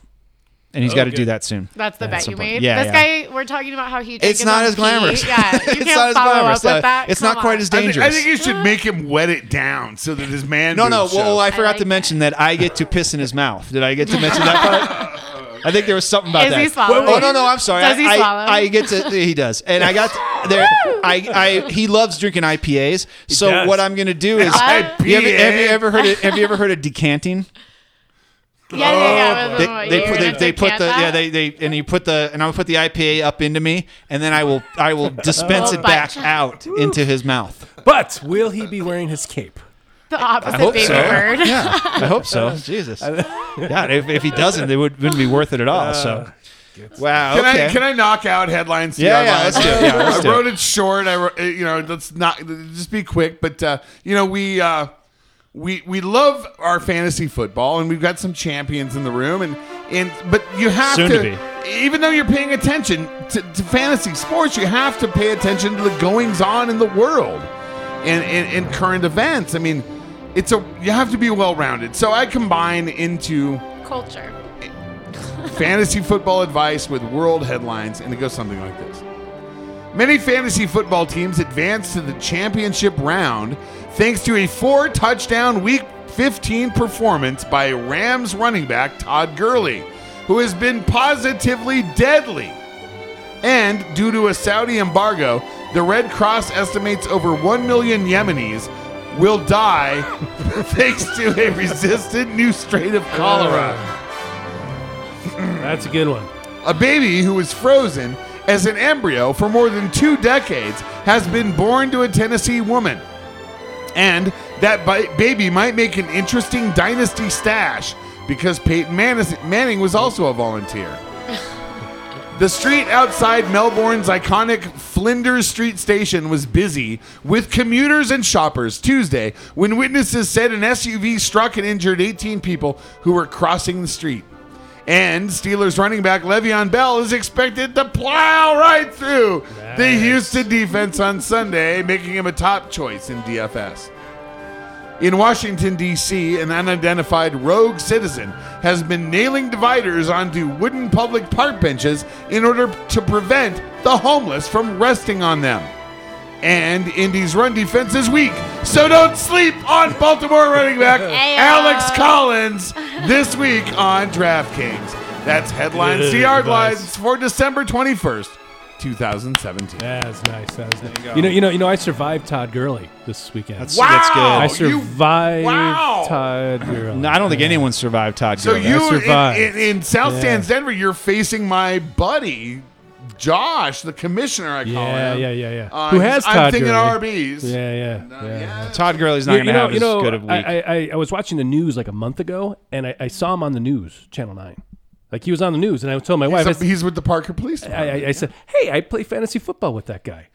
and he's got to do that soon. That's the bet some you point. made. Yeah, this guy, we're talking about how he. drank It's his not own as pee. glamorous. Yeah, you It's can't not as follow glamorous, up though. with that. It's Come not quite on. as I think, I dangerous. think you should make him wet it down so that his man. No, no. boobs Well, show. I forgot like to that. mention that. I get to piss in his mouth. Did I get to mention that part? I think there was something about Is that. he swallowing? Oh no, no. I'm sorry. Does I, he I- swallow? I get to. He does. And I got to- there. I, I. He loves drinking IPAs. So does. what I'm going to do is. I You ever, have you pee ever heard? Of, have you ever heard of decanting? Yeah, yeah, yeah. but They, what, they you put were Oh, they, gonna they put decant the that? yeah they, they and you put the and I will put the IPA up into me and then I will I will dispense Oh, it back bite. out into his mouth. But will he be wearing his cape? the opposite hope baby so. bird. Yeah, I hope so. Jesus. God, if, if he doesn't, it would, wouldn't be worth it at all. So, wow. Can okay. I can I knock out headlines? Yeah, here? yeah, let's do it. Yeah, let's I do it. wrote it short. I wrote, uh, you know let's not just be quick, but uh, you know we uh, we we love our fantasy football, and we've got some champions in the room, and and but you have Soon to to. be. Even though you're paying attention to, to fantasy sports, you have to pay attention to the goings on in the world and, and, and current events. I mean, it's a you have to be well rounded. So I combine into Culture. fantasy football advice with world headlines, and it goes something like this. Many fantasy football teams advance to the championship round thanks to a four touchdown week 15 performance by Rams running back Todd Gurley, who has been positively deadly. And due to a Saudi embargo, the Red Cross estimates over 1 million Yemenis will die thanks to a resistant new strain of cholera. That's a good one. A baby who was frozen as an embryo for more than two decades has been born to a Tennessee woman. And that bi- baby might make an interesting dynasty stash because Peyton Manis- Manning was also a volunteer. The street outside Melbourne's iconic Flinders Street station was busy with commuters and shoppers Tuesday when witnesses said an SUV struck and injured 18 people who were crossing the street. And Steelers running back Le'Veon Bell is expected to plow right through the Houston defense on Sunday, making him a top choice in DFS. In Washington, D.C., an unidentified rogue citizen has been nailing dividers onto wooden public park benches in order to prevent the homeless from resting on them. and Indy's run defense is weak. So don't sleep on Baltimore running back Ayo. Alex Collins this week on DraftKings. That's headlines to Yeah, yard nice. lines for December 21st, 2017. That's nice. That's nice. you go. You, know, you know, you know. I survived Todd Gurley this weekend. That's- That's good. I Wow, you- survived wow. Todd Gurley. No, I don't think anyone survived Todd So Gurley. you survived. in, in, in South Yeah. Stands, Denver, you're facing my buddy Josh, the commissioner. I call Yeah, him. yeah, yeah, yeah. Uh, Who has I'm Todd thinking Gurley? RBs. Yeah, yeah, yeah. yeah. Todd Gurley's not You- going to you know, have you know, as good of a week. I, I- I, I was watching the news like a month ago, and I, I saw him on the news, Channel Nine. Like he was on the news, and I told my wife, I He's, s- a, he's with the Parker Police I, Department. I- I said, "Hey, I play fantasy football with that guy."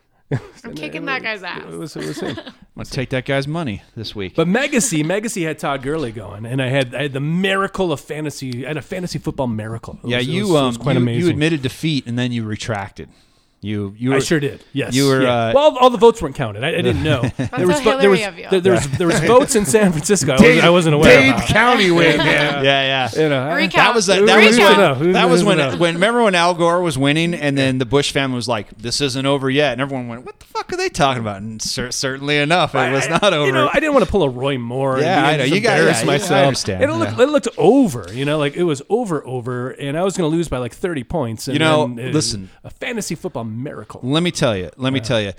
I'm kicking that guy's ass. It was, it was him. I'm going to take that guy's money this week. But Megacy, Megacy had Todd Gurley going, and I had I had the miracle of fantasy. I had a fantasy football miracle. It yeah, was- it you was- it um, was quite you, amazing. you admitted defeat and then you retracted. You you were, I sure did. Yes, You were, Yeah. uh, well. All the votes weren't counted. I, I didn't know. there so vo- there was Hillary of you. there, there was there was votes in San Francisco. I wasn't, I wasn't aware. Dade about. County win, Yeah, man. yeah. You know, I- Recap. That was that, Who that needs was to when know? Who that was needs to when know? when remember when Al Gore was winning and then the Bush family was like this isn't over yet and everyone went what the fuck are they talking about and cer- certainly enough it was not over You know, I didn't want to pull a Roy Moore. Yeah, I and know. be just You got- embarrass yeah, you- I myself. understand. And it looked, Yeah. it looked over. You know, like it was over, over, and I was going to lose by like thirty points. And You know, then it- listen. a fantasy football miracle. Let me tell you. Let me tell you.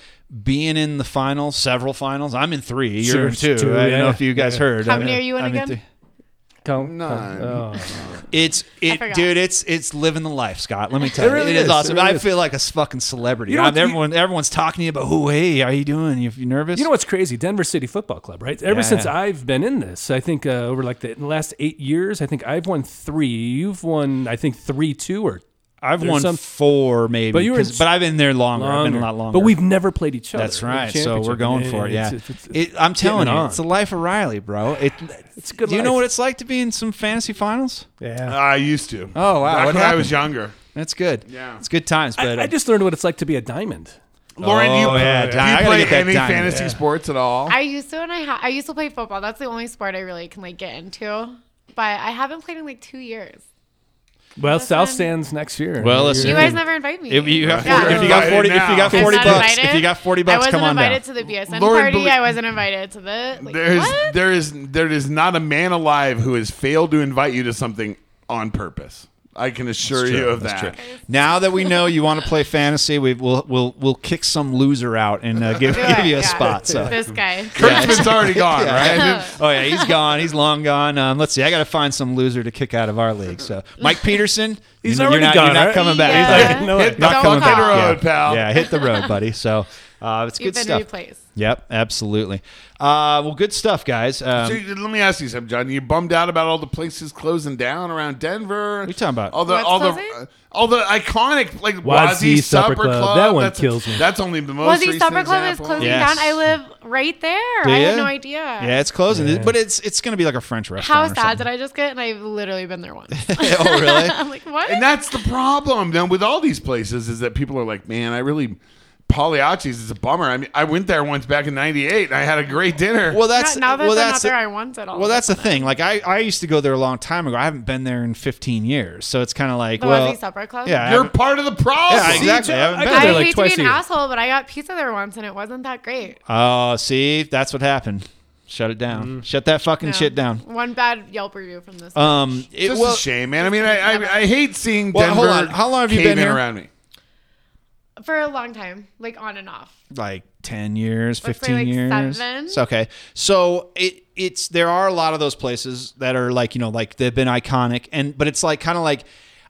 Being in the finals, several finals. I'm in three. You're Sure, in two. two, I don't know yeah, if you guys heard. How I'm many are you in I'm again? three. Nine. oh. It's it, forgot. dude. It's it's living the life, Scott. Let me tell you, really it is, is. It awesome. really I is. feel like a fucking celebrity. You know I'm- what- you- everyone everyone's talking to you about who. Hey, how you doing? You, you nervous? You know what's crazy? Denver City Football Club, right? Ever Yeah. since I've been in this, I think uh, over like the last eight years, I think I've won three. You've won, I think, three, two, or I've there's won some- four, maybe. But you were 'cause- in- but I've been there longer. I've been a lot longer. But we've never played each other. That's in the right. So we're championship. going for it. Yeah, It's- it's- it's- It- I'm telling getting you, on. it's the life of Riley, bro. It, It's a good Do you know life. what it's like to be in some fantasy finals? yeah. I used to. Oh, wow. Back What when I happened? was younger. That's good. Yeah. it's good times. But I, I uh, just learned what it's like to be a diamond. Lauren, do you, Oh, yeah, do Di- I you gotta play get that any diamond. fantasy Yeah. sports at all? I used to, and I ha- I used to play football. That's the only sport I really can like get into. But I haven't played in like two years. Well, South Listen. stands next year. Well, listen. You You're- guys never invite me. if you got Yeah. 40, if you got Invited forty, if now. you got I'm forty not bucks, invited. if you got forty bucks, I wasn't come on invited down. to the BSN Lauren, party. believe- I wasn't invited to the. Like, There's what? there is there is not a man alive who has failed to invite you to something on purpose. I can assure you of that. Now that we know you want to play fantasy, we will we'll we'll kick some loser out and uh, give Do give it, you a yeah. spot. So. This guy. Kurtzman's already gone, right? oh yeah, he's gone. He's long gone. Um, let's see. I got to find some loser to kick out of our league. So Mike Peterson, He's you know, already you're not, gone, You're not right? coming back. Yeah. He's like, Hit no, Hit the not Don't coming fucking back. call. road, yeah. pal. Yeah, hit the road, buddy. So uh, it's You've good been stuff. replaced. Yep, absolutely. Uh, well, good stuff, guys. Um, So, you- let me ask you something, John. You bummed out about all the places closing down around Denver. What you talking about? All the What's all the closing? uh, all the iconic like Wazi Wazi Supper Club. That one that's, kills me. That's only the most. Was he recent supper club is example. closing Yes. down? I live right there. Do I ya? had no idea. yeah, it's closing, but it's it's going to be like a French How restaurant. or sad something. did I just get? And I've literally been there once. oh, really? I'm like, what? And that's the problem then with all these places is that people are like, man, I really Pagliacci's is a bummer. I mean, I went there once back in '98 and I had a great dinner. Well, that's now that well, they're that's not there, I want it all. well, that's the thing. Like I, I used to go there a long time ago. I haven't been there in 15 years, so it's kind of like The well, Wazzy Supper Club? Yeah, I you're haven't- part of the problem. yeah, exactly. I haven't I been got there. I They're like hate to twice be an a year. asshole, but I got pizza there once and it wasn't that great. Oh, see, that's what happened. Shut it down. Shut that fucking No. shit down. One bad Yelp review from this. Um, it It's just well, a shame, man. I mean, I, I, I hate seeing Well, Denver. hold on. How long have you cave been in here? around me? for a long time, like on and off. like 10 years, Let's say, 15 like, years. seven. It's okay. So it it's there are a lot of those places that are like, you know, like they've been iconic and but it's like kind of like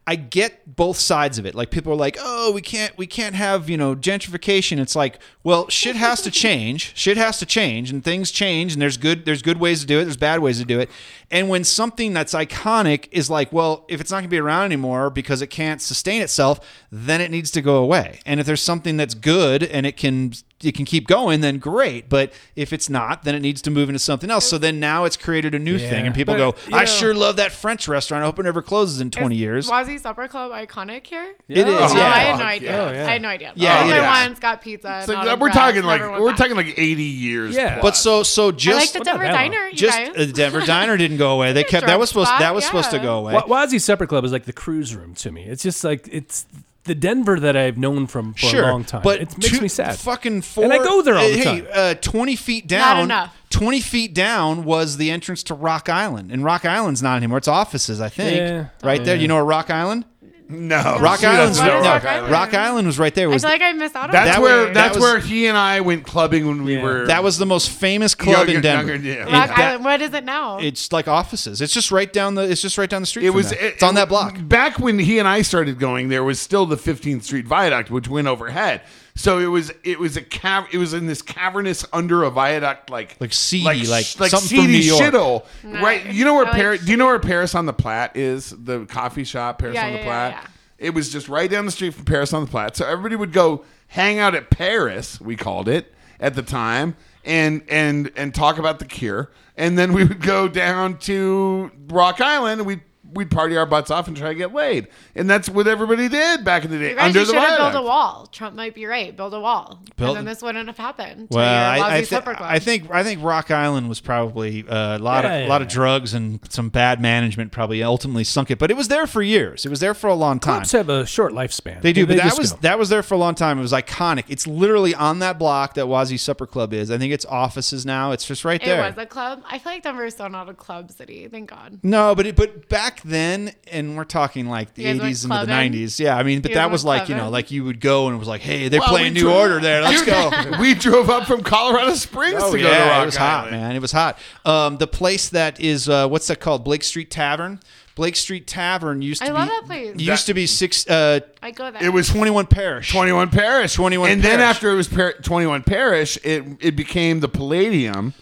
I get both sides of it. Like people are like, "Oh, we can't we can't have, you know, gentrification." It's like, well, shit has to change. Shit has to change and things change and there's good there's good ways to do it, there's bad ways to do it. And when something that's iconic is like, well, if it's not going to be around anymore because it can't sustain itself, then it needs to go away. And if there's something that's good and it can it can keep going, then great. But if it's not, then it needs to move into something else. So then now it's created a new thing, and people But, go, you "I know- sure love that French restaurant. I hope it never closes in 20 Is years." Wazzy Supper Club iconic here? It is, Oh, I yeah. had no idea. yeah. I had no idea. Yeah, Yeah, yeah. once got pizza. So, not uh, on we're bread, talking like never went we're back. talking like 80 years. Yeah. plus. But so so I like just the Well, not Denver that long. Diner. You just uh, guys. the Denver Diner didn't go away. They kept that was supposed that was supposed to go away. Wa- Wazi Supper Club is like the cruise room to me. It's just like it's the Denver that I've known from for sure, a long time. But it makes two- me sad. Fucking four. And I go there all the hey, time. Uh, Twenty feet down. enough. Twenty feet down was the entrance to Rock Island, and Rock Island's not anymore. It's offices, I think. Yeah. Right there. You know a Rock Island? No, Rock she doesn't Island's know no, Rock Island. Rock Island was right there. It I was feel like I missed out on That's that. where that that's was- where he and I went clubbing when we Yeah. were. that was the most famous club Younger- in Denver. younger, yeah. It- Rock that- Island. What is it now? It's like offices. It's just right down the. It's just right down the street. It from was there. it- it's on it- that block. Back when he and I started going, there was still the 15th Street Viaduct, which went overhead. So it was it was a cav- it was in this cavernous under a viaduct like Like seedy, like sh- something from seedy New York. shithole. Nice. right? You know where I like Paris? Do you know where Paris on the Platte is? The coffee shop Paris Yeah, on the yeah, Platte. yeah, It was just right down the street from Paris on the Platte. So everybody would go hang out at Paris. We called it at the time. And, and and talk about the cure, and then we would go down to Rock Island, and we we'd party our butts off and try to get laid, and that's what everybody did back in the day. you guys under just the should have built a viaduct. wall. Trump might be right. Build a wall, Built- and then this wouldn't have happened. to Well, your I, lousy I, thi- slipper club. I think I think Rock Island was probably uh, a lot Yeah, of yeah, a lot of yeah. drugs and some bad management probably ultimately sunk it. But it was there for years. It was there for a long time. Clubs have a short lifespan. They do, but that just was go. that was there for a long time. It was iconic. It's literally on that block that Wazi Supper Club is. I think it's offices now. It's just right it there. was a club. I feel like Denver is still not a club city. Thank God. no, but it, but back then, and we're talking like the You guys went eighties into the clubbing? nineties. Yeah, I mean, but You that guys was went like you know, clubbing? like you would go and it was like, hey, they're Well, playing we New dro- Order there. Let's go. Oh, we drove up from Colorado Springs to go to Rock it was hot, Island. man. It was hot. Um, the place that is uh, what's that called? Blake Street Tavern. Blake Street Tavern used to I be love that place. used to be six uh, I go there. It was twenty one parish. 21 Parish. 21 And then Parish. after it was par- 21 Parish, it, it became the Palladium,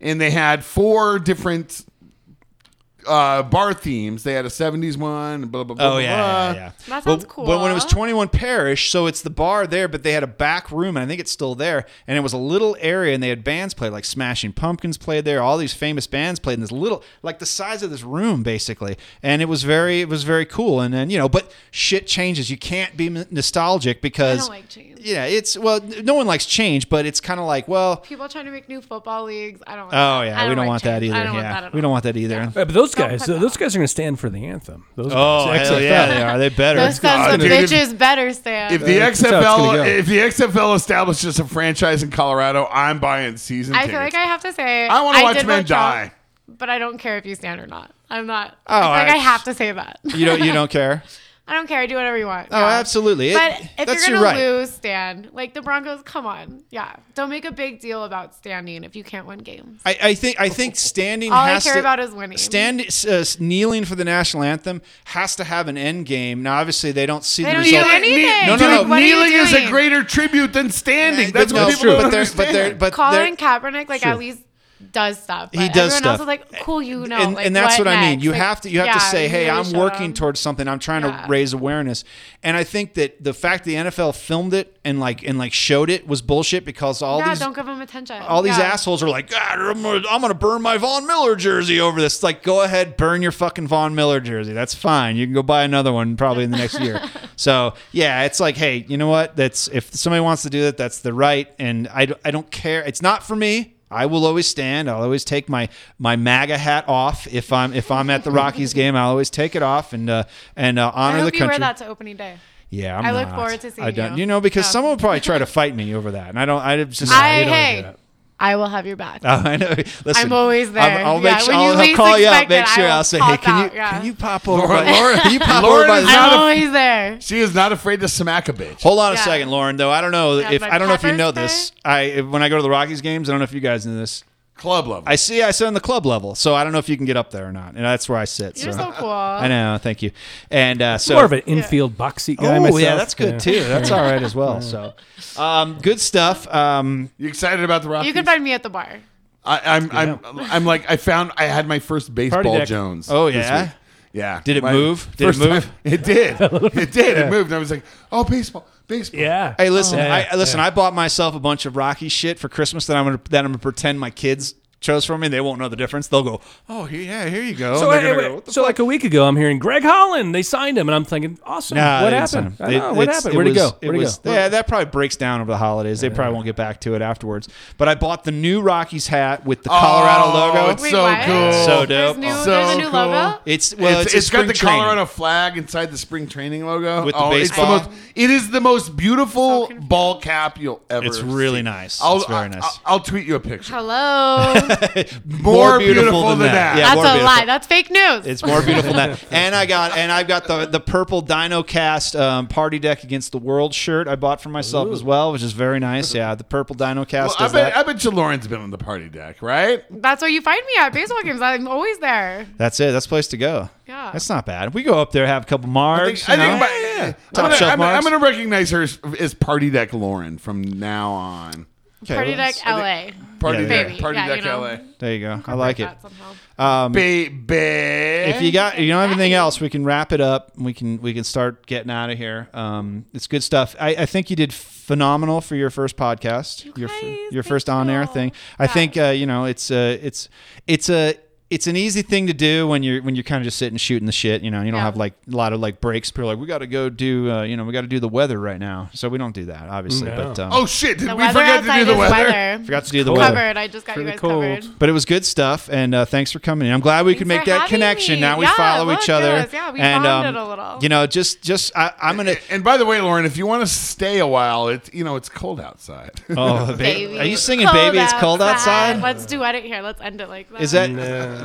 and they had four different uh, bar themes. They had a 70s one, blah, blah, blah. Oh yeah, yeah, blah. yeah. That Well, sounds cool. But when it was 21 Parish, so it's the bar there, but they had a back room, and I think it's still there. And it was a little area, and they had bands play, like Smashing Pumpkins played there. All these famous bands played in this little, like the size of this room, basically. And it was very, it was very cool. And then you know, but shit changes. You can't be m- nostalgic because like change. Yeah, it's well, no one likes change, but it's kind of like well. people trying to make new football leagues. I don't. Want Oh that. yeah, I we don't like want that change. either. I don't yeah, want that at we all. don't want that either. Right, but those Don't guys, cut th- that those out. guys are going to stand for the anthem. Those Oh guys, hell XFL. yeah, they are. They better. Those sons of dude. bitches better stand. Uh, If the that's how it's gonna go. XFL if the XFL establishes a franchise in Colorado, I'm buying season I tickets. feel like I have to say, I wanna watch did men vote Trump, die. but I don't care if you stand or not. I'm not. Oh, I feel like I- I have to say that. You don't. You don't care. I don't care. I do whatever you want. Oh, absolutely. It- But if that's- you're you're gonna right. lose, stand. Like the Broncos, come on. Yeah, don't make a big deal about standing if you can't win games. I, I think I think standing. All I has care to, about is winning. Stand uh, kneeling for the national anthem has to have an end game. Now, obviously, they don't see They the don't result. do anything. No, no, Dude, no. What are you kneeling is a doing? greater tribute than standing. But That's no, what people don't but they're, understand. But they're, but Colin they're- Kaepernick, like at least does stuff. But He everyone does stuff. Else is like, cool, you know, and, like, and that's what, I mean. next? You Like, have to you have yeah, to say, you hey, really I'm shut working up. towards something. I'm trying Yeah. to raise awareness. And I think that the fact the NFL filmed it and like and like showed it was bullshit because all yeah, these don't give him attention. all these Yeah. assholes are like, God, I'm gonna, I'm gonna burn my Von Miller jersey over this. It's Like, go ahead, burn your fucking Von Miller jersey. That's fine. You can go buy another one probably in the next year. So yeah, it's like, hey, you know what? That's if somebody wants to do that, that's the right. And I, d- I don't care. It's not for me. I will always stand. I'll always take my my MAGA hat off if I'm if I'm at the Rockies game. I'll always take it off and uh, and uh, I honor hope the you country. wear that to opening day. yeah, I'm I look not. forward to seeing I don't, you. You know, because Yeah. someone will probably try to fight me over that, and I don't. I just I don't do hey, that. I will have your back. Oh, I know. Listen, always there. I'm- I'll, make Yeah, sure. when you I'll, I'll least call you up. expect Make it, I sure. will I'll say, hey, pop can you out, yeah. can you pop over? Laura- by- Laura- can you pop Laura over by is the- not I'm a- always there. she is not afraid to smack a bitch. Hold on a Yeah. second, Lauren. Though I don't know Have if my I don't know if you peppers know this. I when I go to the Rockies games, I don't know if you guys know this. Club level. I see. I sit on the club level, so I don't know if you can get up there or not. And that's where I sit. You're so cool. I know. Thank you. And uh, so More of an infield box seat guy Oh myself. yeah, that's good Yeah. too. That's all right as well. So, um, good stuff. Um, you excited about the Rockies? You can find me at the bar. I, I'm, I'm, I'm like, I found, I had my first Party baseball deck. Jones. Oh, this yeah? week. Yeah. Did it My move? Did it first move? time- it did. It did. It moved. And I was like, oh, baseball, baseball. Yeah. Hey, listen, Oh. Yeah, I, listen. yeah. I bought myself a bunch of Rocky shit for Christmas that I'm gonna that I'm gonna pretend my kids chose from me, they won't know the difference. They'll go, "Oh, he- yeah, here you go." So, And they're gonna anyway, go, "What the so like a week ago, I'm hearing Greg Holland. They signed him, and I'm thinking, awesome. Nah, what they didn't sign happened? him. I They- know, what it's- happened? it Where'd he was- go? it Where'd he was- go? Yeah, that probably breaks down over the holidays. They probably won't get back to it afterwards. But I bought the new Rockies hat with the Colorado logo. Oh, It's Wait, so what? cool. There's, So dope. new, So there's a new cool. logo. It's well, it's, it's, a it's got spring the training. Colorado flag inside the spring training logo Oh, With the It's baseball. the most, it is the most beautiful ball cap you'll ever. It's really see. nice. I'll, It's very I- nice. I'll, I'll tweet you a picture. Hello. That's More, beautiful, than, that. Yeah, a more beautiful. lie. That's fake news. It's more beautiful than that. And I got and I've got the the purple Dino Cast um, party deck against the world shirt I bought for myself as well, which is very nice. Yeah, the purple Dino Cast Well, I does bet, that. I bet you Lauren's been on the party deck, right? That's where you find me at baseball games. I'm always there. That's it. That's the place to go. Yeah. that's not bad. We go up there, have a couple marks. I you think know? by- Top I'm gonna- shelf I'm, I'm marks. gonna recognize her as, as party deck Lauren from now on. Okay, Party well, deck that's- LA. Party Yeah, deck, Baby. party Yeah, deck you know. LA, There you go. I like it. That somehow. Um, baby. if you got you don't have anything else, we can wrap it up. We can we can start getting out of here. Um, it's good stuff. I, I think you did phenomenal for your first podcast, your f- guys, your thank first on air you. thing. I think uh, you know it's uh, it's it's a it's an easy thing to do when you're when you're kind of just sitting shooting the shit. You know, you don't Yeah. have like a lot of like breaks. People are like we got to go do uh, you know we got to do the weather right now, so we don't do that obviously. But um, Oh shit! Did The we weather forget to outside do the is weather? forgot to do the weather. Covered. I just got you Pretty guys cold. covered. But it was good stuff, and uh, thanks for coming. in. I'm glad we Thanks could make for that having connection. me. Now we Yeah, follow each look at other. us. Yeah, we and, bonded um, a little. You know, just just I, I'm gonna. And by the way, Lauren, if you want to stay a while, it's you know it's cold outside. Oh, baby, Baby. are you singing Cold "Baby It's Cold Outside"? Let's do it here. Let's end it like that. Is that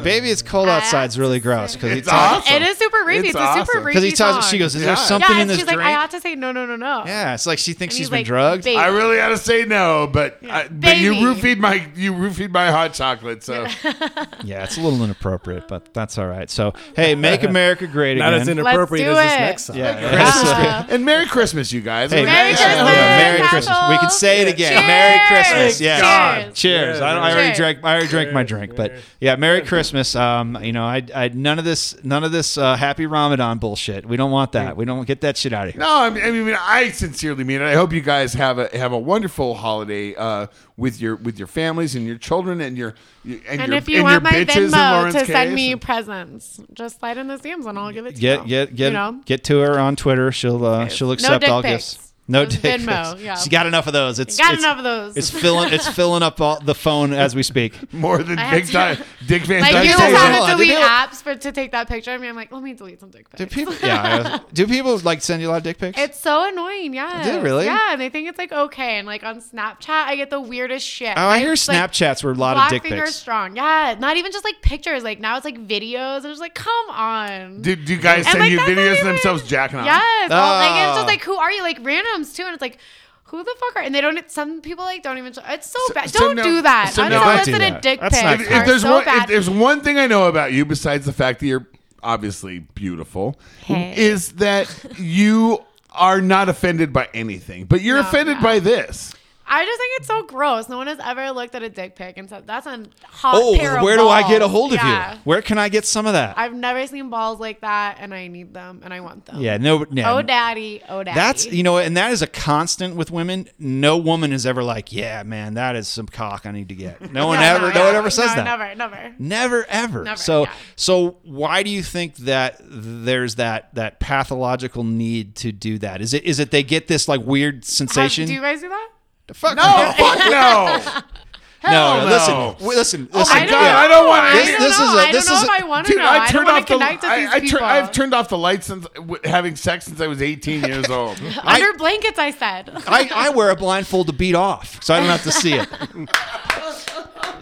"Baby It's Cold Outside's" really gross because he it's talks awesome. It is super rapey. It's, It's a awesome. super rapey because he tells song. she goes, "Is Yeah. there something Yeah, in and this she's drink?" like, I ought to say no, no, no, no. yeah, it's like she thinks And she's he's been like, drugged. "Baby." I really ought to say no, but, I, but you Baby. roofied my you roofied my hot chocolate. So Yeah, it's a little inappropriate, but that's all right. So hey, make America great Not as again. inappropriate as Let's do this it. next song. Yeah. and Merry Christmas, you guys. Hey, It was Merry nice- Christmas, Merry Christmas. We can assholes. say it again. Merry Cheers. Christmas. Yeah. Cheers. Cheers. I, I already Cheers. drank. I already drank my drink, but yeah. Merry Christmas. Um, you know, I, I none of this, none of this uh, happy Ramadan bullshit. We don't want that. We don't get that shit out of here. No, I mean, I mean, I sincerely mean it. I hope you guys have a have a wonderful holiday uh, with your with your families and your children and your and, And your, if you and want my your bitches in Venmo Lauren's to case. send me presents, just slide in the DMs and I'll give it to Get, you. get, get, You know? get to her on Twitter. She'll, uh, she'll No accept dick all pics. gifts. No Just dick Venmo, pics. yeah. She got enough of those. It's Got it's- enough of those. It's filling. It's filling up all the phone as we speak. more than I Dick, had Di- Dick Van Like Dyke. you just Thank you. had Hold to on, delete did you- apps for to take that picture of me. I'm like, let me delete some dick pics. Do people? Yeah. I- Do people like send you a lot of dick pics? It's so annoying, yeah. Is it really? Yeah, and they think it's like okay, and like on Snapchat, I get the weirdest shit. oh, I hear like, Snapchats were a lot of Black dick finger pics. strong, yeah. Not even just like pictures. Like now it's like videos. I'm just like, come on. Do, do you guys And, send like, you that's not videos of even- themselves jacking off? Yes. All- like it's Oh. just like who are you? Like randoms too, and it's like. Who the fuck are and they don't? Some people like don't even. It's so bad. so Don't no- do that. so So no- Don't Unsolicited do that. dick That's pics not are if, if there's so one, bad. if there's one thing I know about you besides the fact that you're obviously beautiful, Hey. is that you are not offended by anything, but you're No, offended yeah. by this. I just think it's so gross. No one has ever looked at a dick pic and said that's a hot Oh, pair of where do I get a balls." hold of Yeah. you? Where can I get some of that? I've never seen balls like that, and I need them, and I want them. yeah, no, no. Oh, daddy. Oh, daddy. That's you know, and that is a constant with women. No woman is ever like, "Yeah, man, that is some cock I need to get." No one Yeah, ever, no, yeah. one ever says No, that. Never, never. Um, Never, ever. Never, so, yeah. so why do you think that there's that that pathological need to do that? Is it is it they get this like weird Have- sensation? do you guys do that? Fuck No, fuck no. no, no. listen, w- listen, listen. Oh, I don't God, know. I don't wanna- I This- don't this know. is a- I this don't know is if a- I want to know. I, don't want to connect with these I, I people. have turned off the lights since w- having sex since I was 18 years old. Under blankets, I said. I, I wear a blindfold to beat off, so I don't have to see it.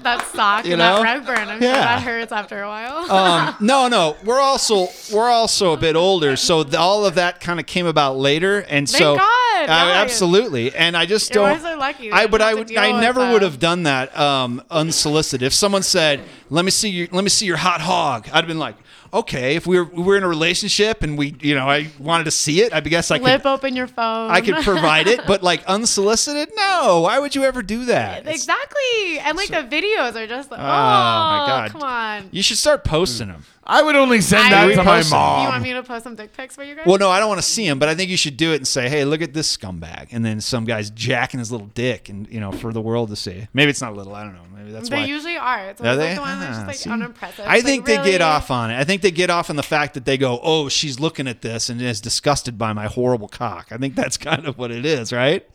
that sock You and know? that rug burn. I'm sure Yeah. that hurts after a while. um, no, no, we're also we're also a bit older, so the, all of that kind of came about later, and Thank so God, Uh, nice. absolutely. And I just You don't. guys are lucky. I You but don't I have to would deal I with never that. would have done that um, unsolicited. If someone said, "Let me see your let me see your hot hog," I'd have been like, "Okay." If we were we were in a relationship and we you know I wanted to see it, I guess I Flip could. open your phone. I could provide it, but like unsolicited, no. Why would you ever do that? It's- Exactly. And like the videos are just like, oh, my God. come on. You should start posting them. I would only send I- that You to my repost it. You mom. want me to post some dick pics for you guys? Well, no, I don't want to see him, but I think you should do it and say, "Hey, look at this scumbag," and then some guy's jacking his little dick, and you know, for the world to see. Maybe it's not little. I don't know. Maybe that's they why. usually are. It's Are always they? like the one that's Ah, just like see? unimpressive. I It's think like, they get really? off on it. I think they get off on the fact that they go, "Oh, she's looking at this and is disgusted by my horrible cock." I think that's kind of what it is, right?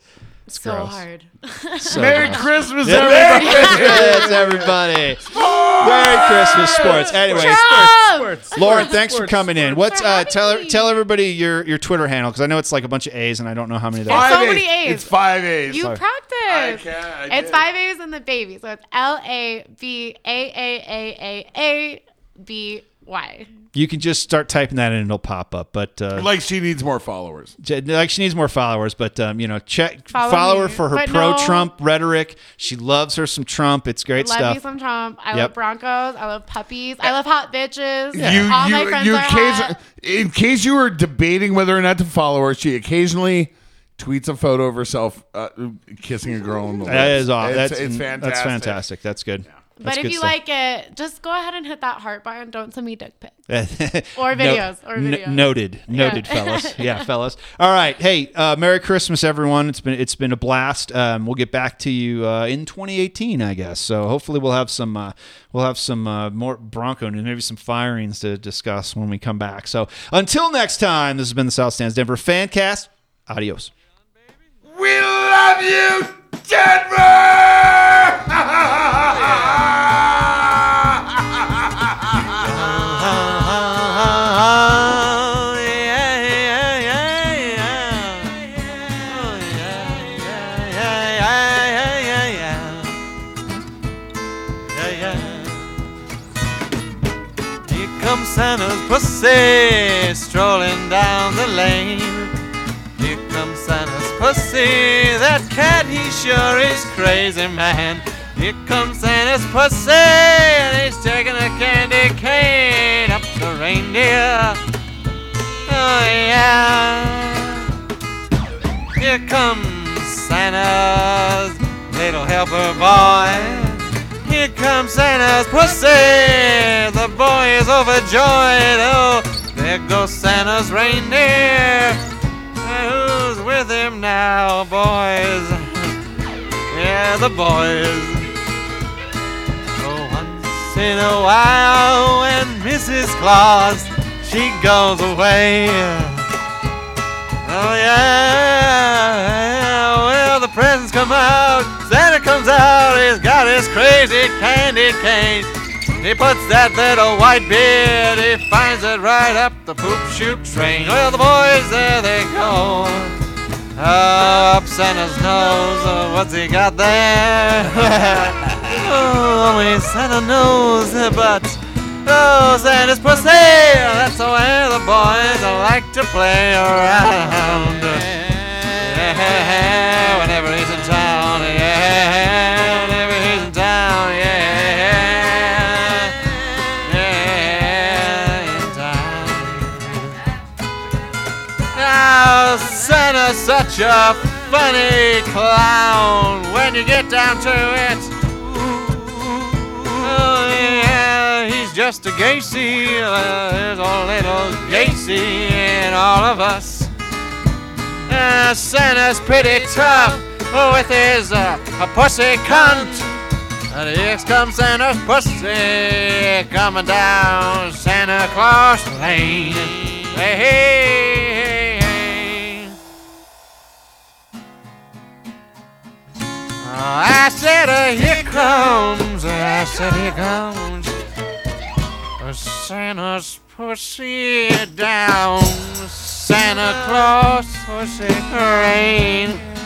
It's so gross. hard. So Merry gross. Christmas, Yeah, Merry everybody. Christmas, everybody. Merry Christmas, sports. Anyway, sports. Lauren, thanks for coming in. What's uh, having tell me. tell everybody your your Twitter handle because I know it's like a bunch of A's and I don't know how many there are. It's Five so many A's. It's five A's. You Sorry. I practice. can- I It's did. five A's and the baby. So it's L A B A A A A A B Y. You can just start typing that in and it'll pop up. But uh, Like she needs more followers. J- like she needs more followers, but um, you know, check follow, Follow her me. for her But no- pro-Trump rhetoric. She loves her some Trump. It's great Love stuff. me some Trump. I Yep. love Broncos. I love puppies. I love hot bitches. You, All my you, friends you are occasion- hot. in case you were debating whether or not to follow her, she occasionally tweets a photo of herself uh, kissing a girl on the lips. that is awesome. It's, That's it's fantastic. That's fantastic. That's good. But if you like it, just go ahead and hit that heart button. Don't send me dick pics. like Or videos, or videos. noted, noted, fellas. Yeah, fellas. All right. Hey, uh, Merry Christmas, everyone. It's been it's been a blast. Um, we'll get back to you uh, in 2018, I guess. So hopefully we'll have some uh, we'll have some uh, more Bronco and maybe some firings to discuss when we come back. So until next time, this has been the South Stands Denver Fancast. Adios. We love you, Denver! Here comes Santa's pussy strolling down the lane. Here comes Santa's pussy, that cat he sure is crazy, man. Here comes Santa's pussy, and he's taking a candy cane up the reindeer. Oh yeah. Here comes Santa's little helper boy. Here comes Santa's pussy. The boy is overjoyed. Oh, there goes Santa's reindeer. And who's with him now, boys? Yeah, the boys. Oh, once in a while when Mrs. Claus she goes away. Oh yeah, well the presents come out, Santa comes out, he's got his crazy candy cane. He puts that little white beard, he finds it right up the poop shoot train. Well the boys there they go. Oh, up Santa's nose, oh, what's he got there? oh, only Santa knows, but oh, Santa's pussy, that's the way the boys like to play around. Yeah, whenever he's in town, yeah, whenever he's in town, yeah, yeah, in town. Now, Santa's such a funny clown when you get down to it. Oh, yeah, he's just a Gacy. Uh, there's a little Gacy in all of us. Uh, Santa's pretty tough with his uh, a pussy cunt. And here comes Santa's pussy coming down Santa Claus Lane. Hey, hey, hey, hey. Oh, I said, uh, here comes, I said, here comes uh, Santa's pussy down Santa Claus pussy rain.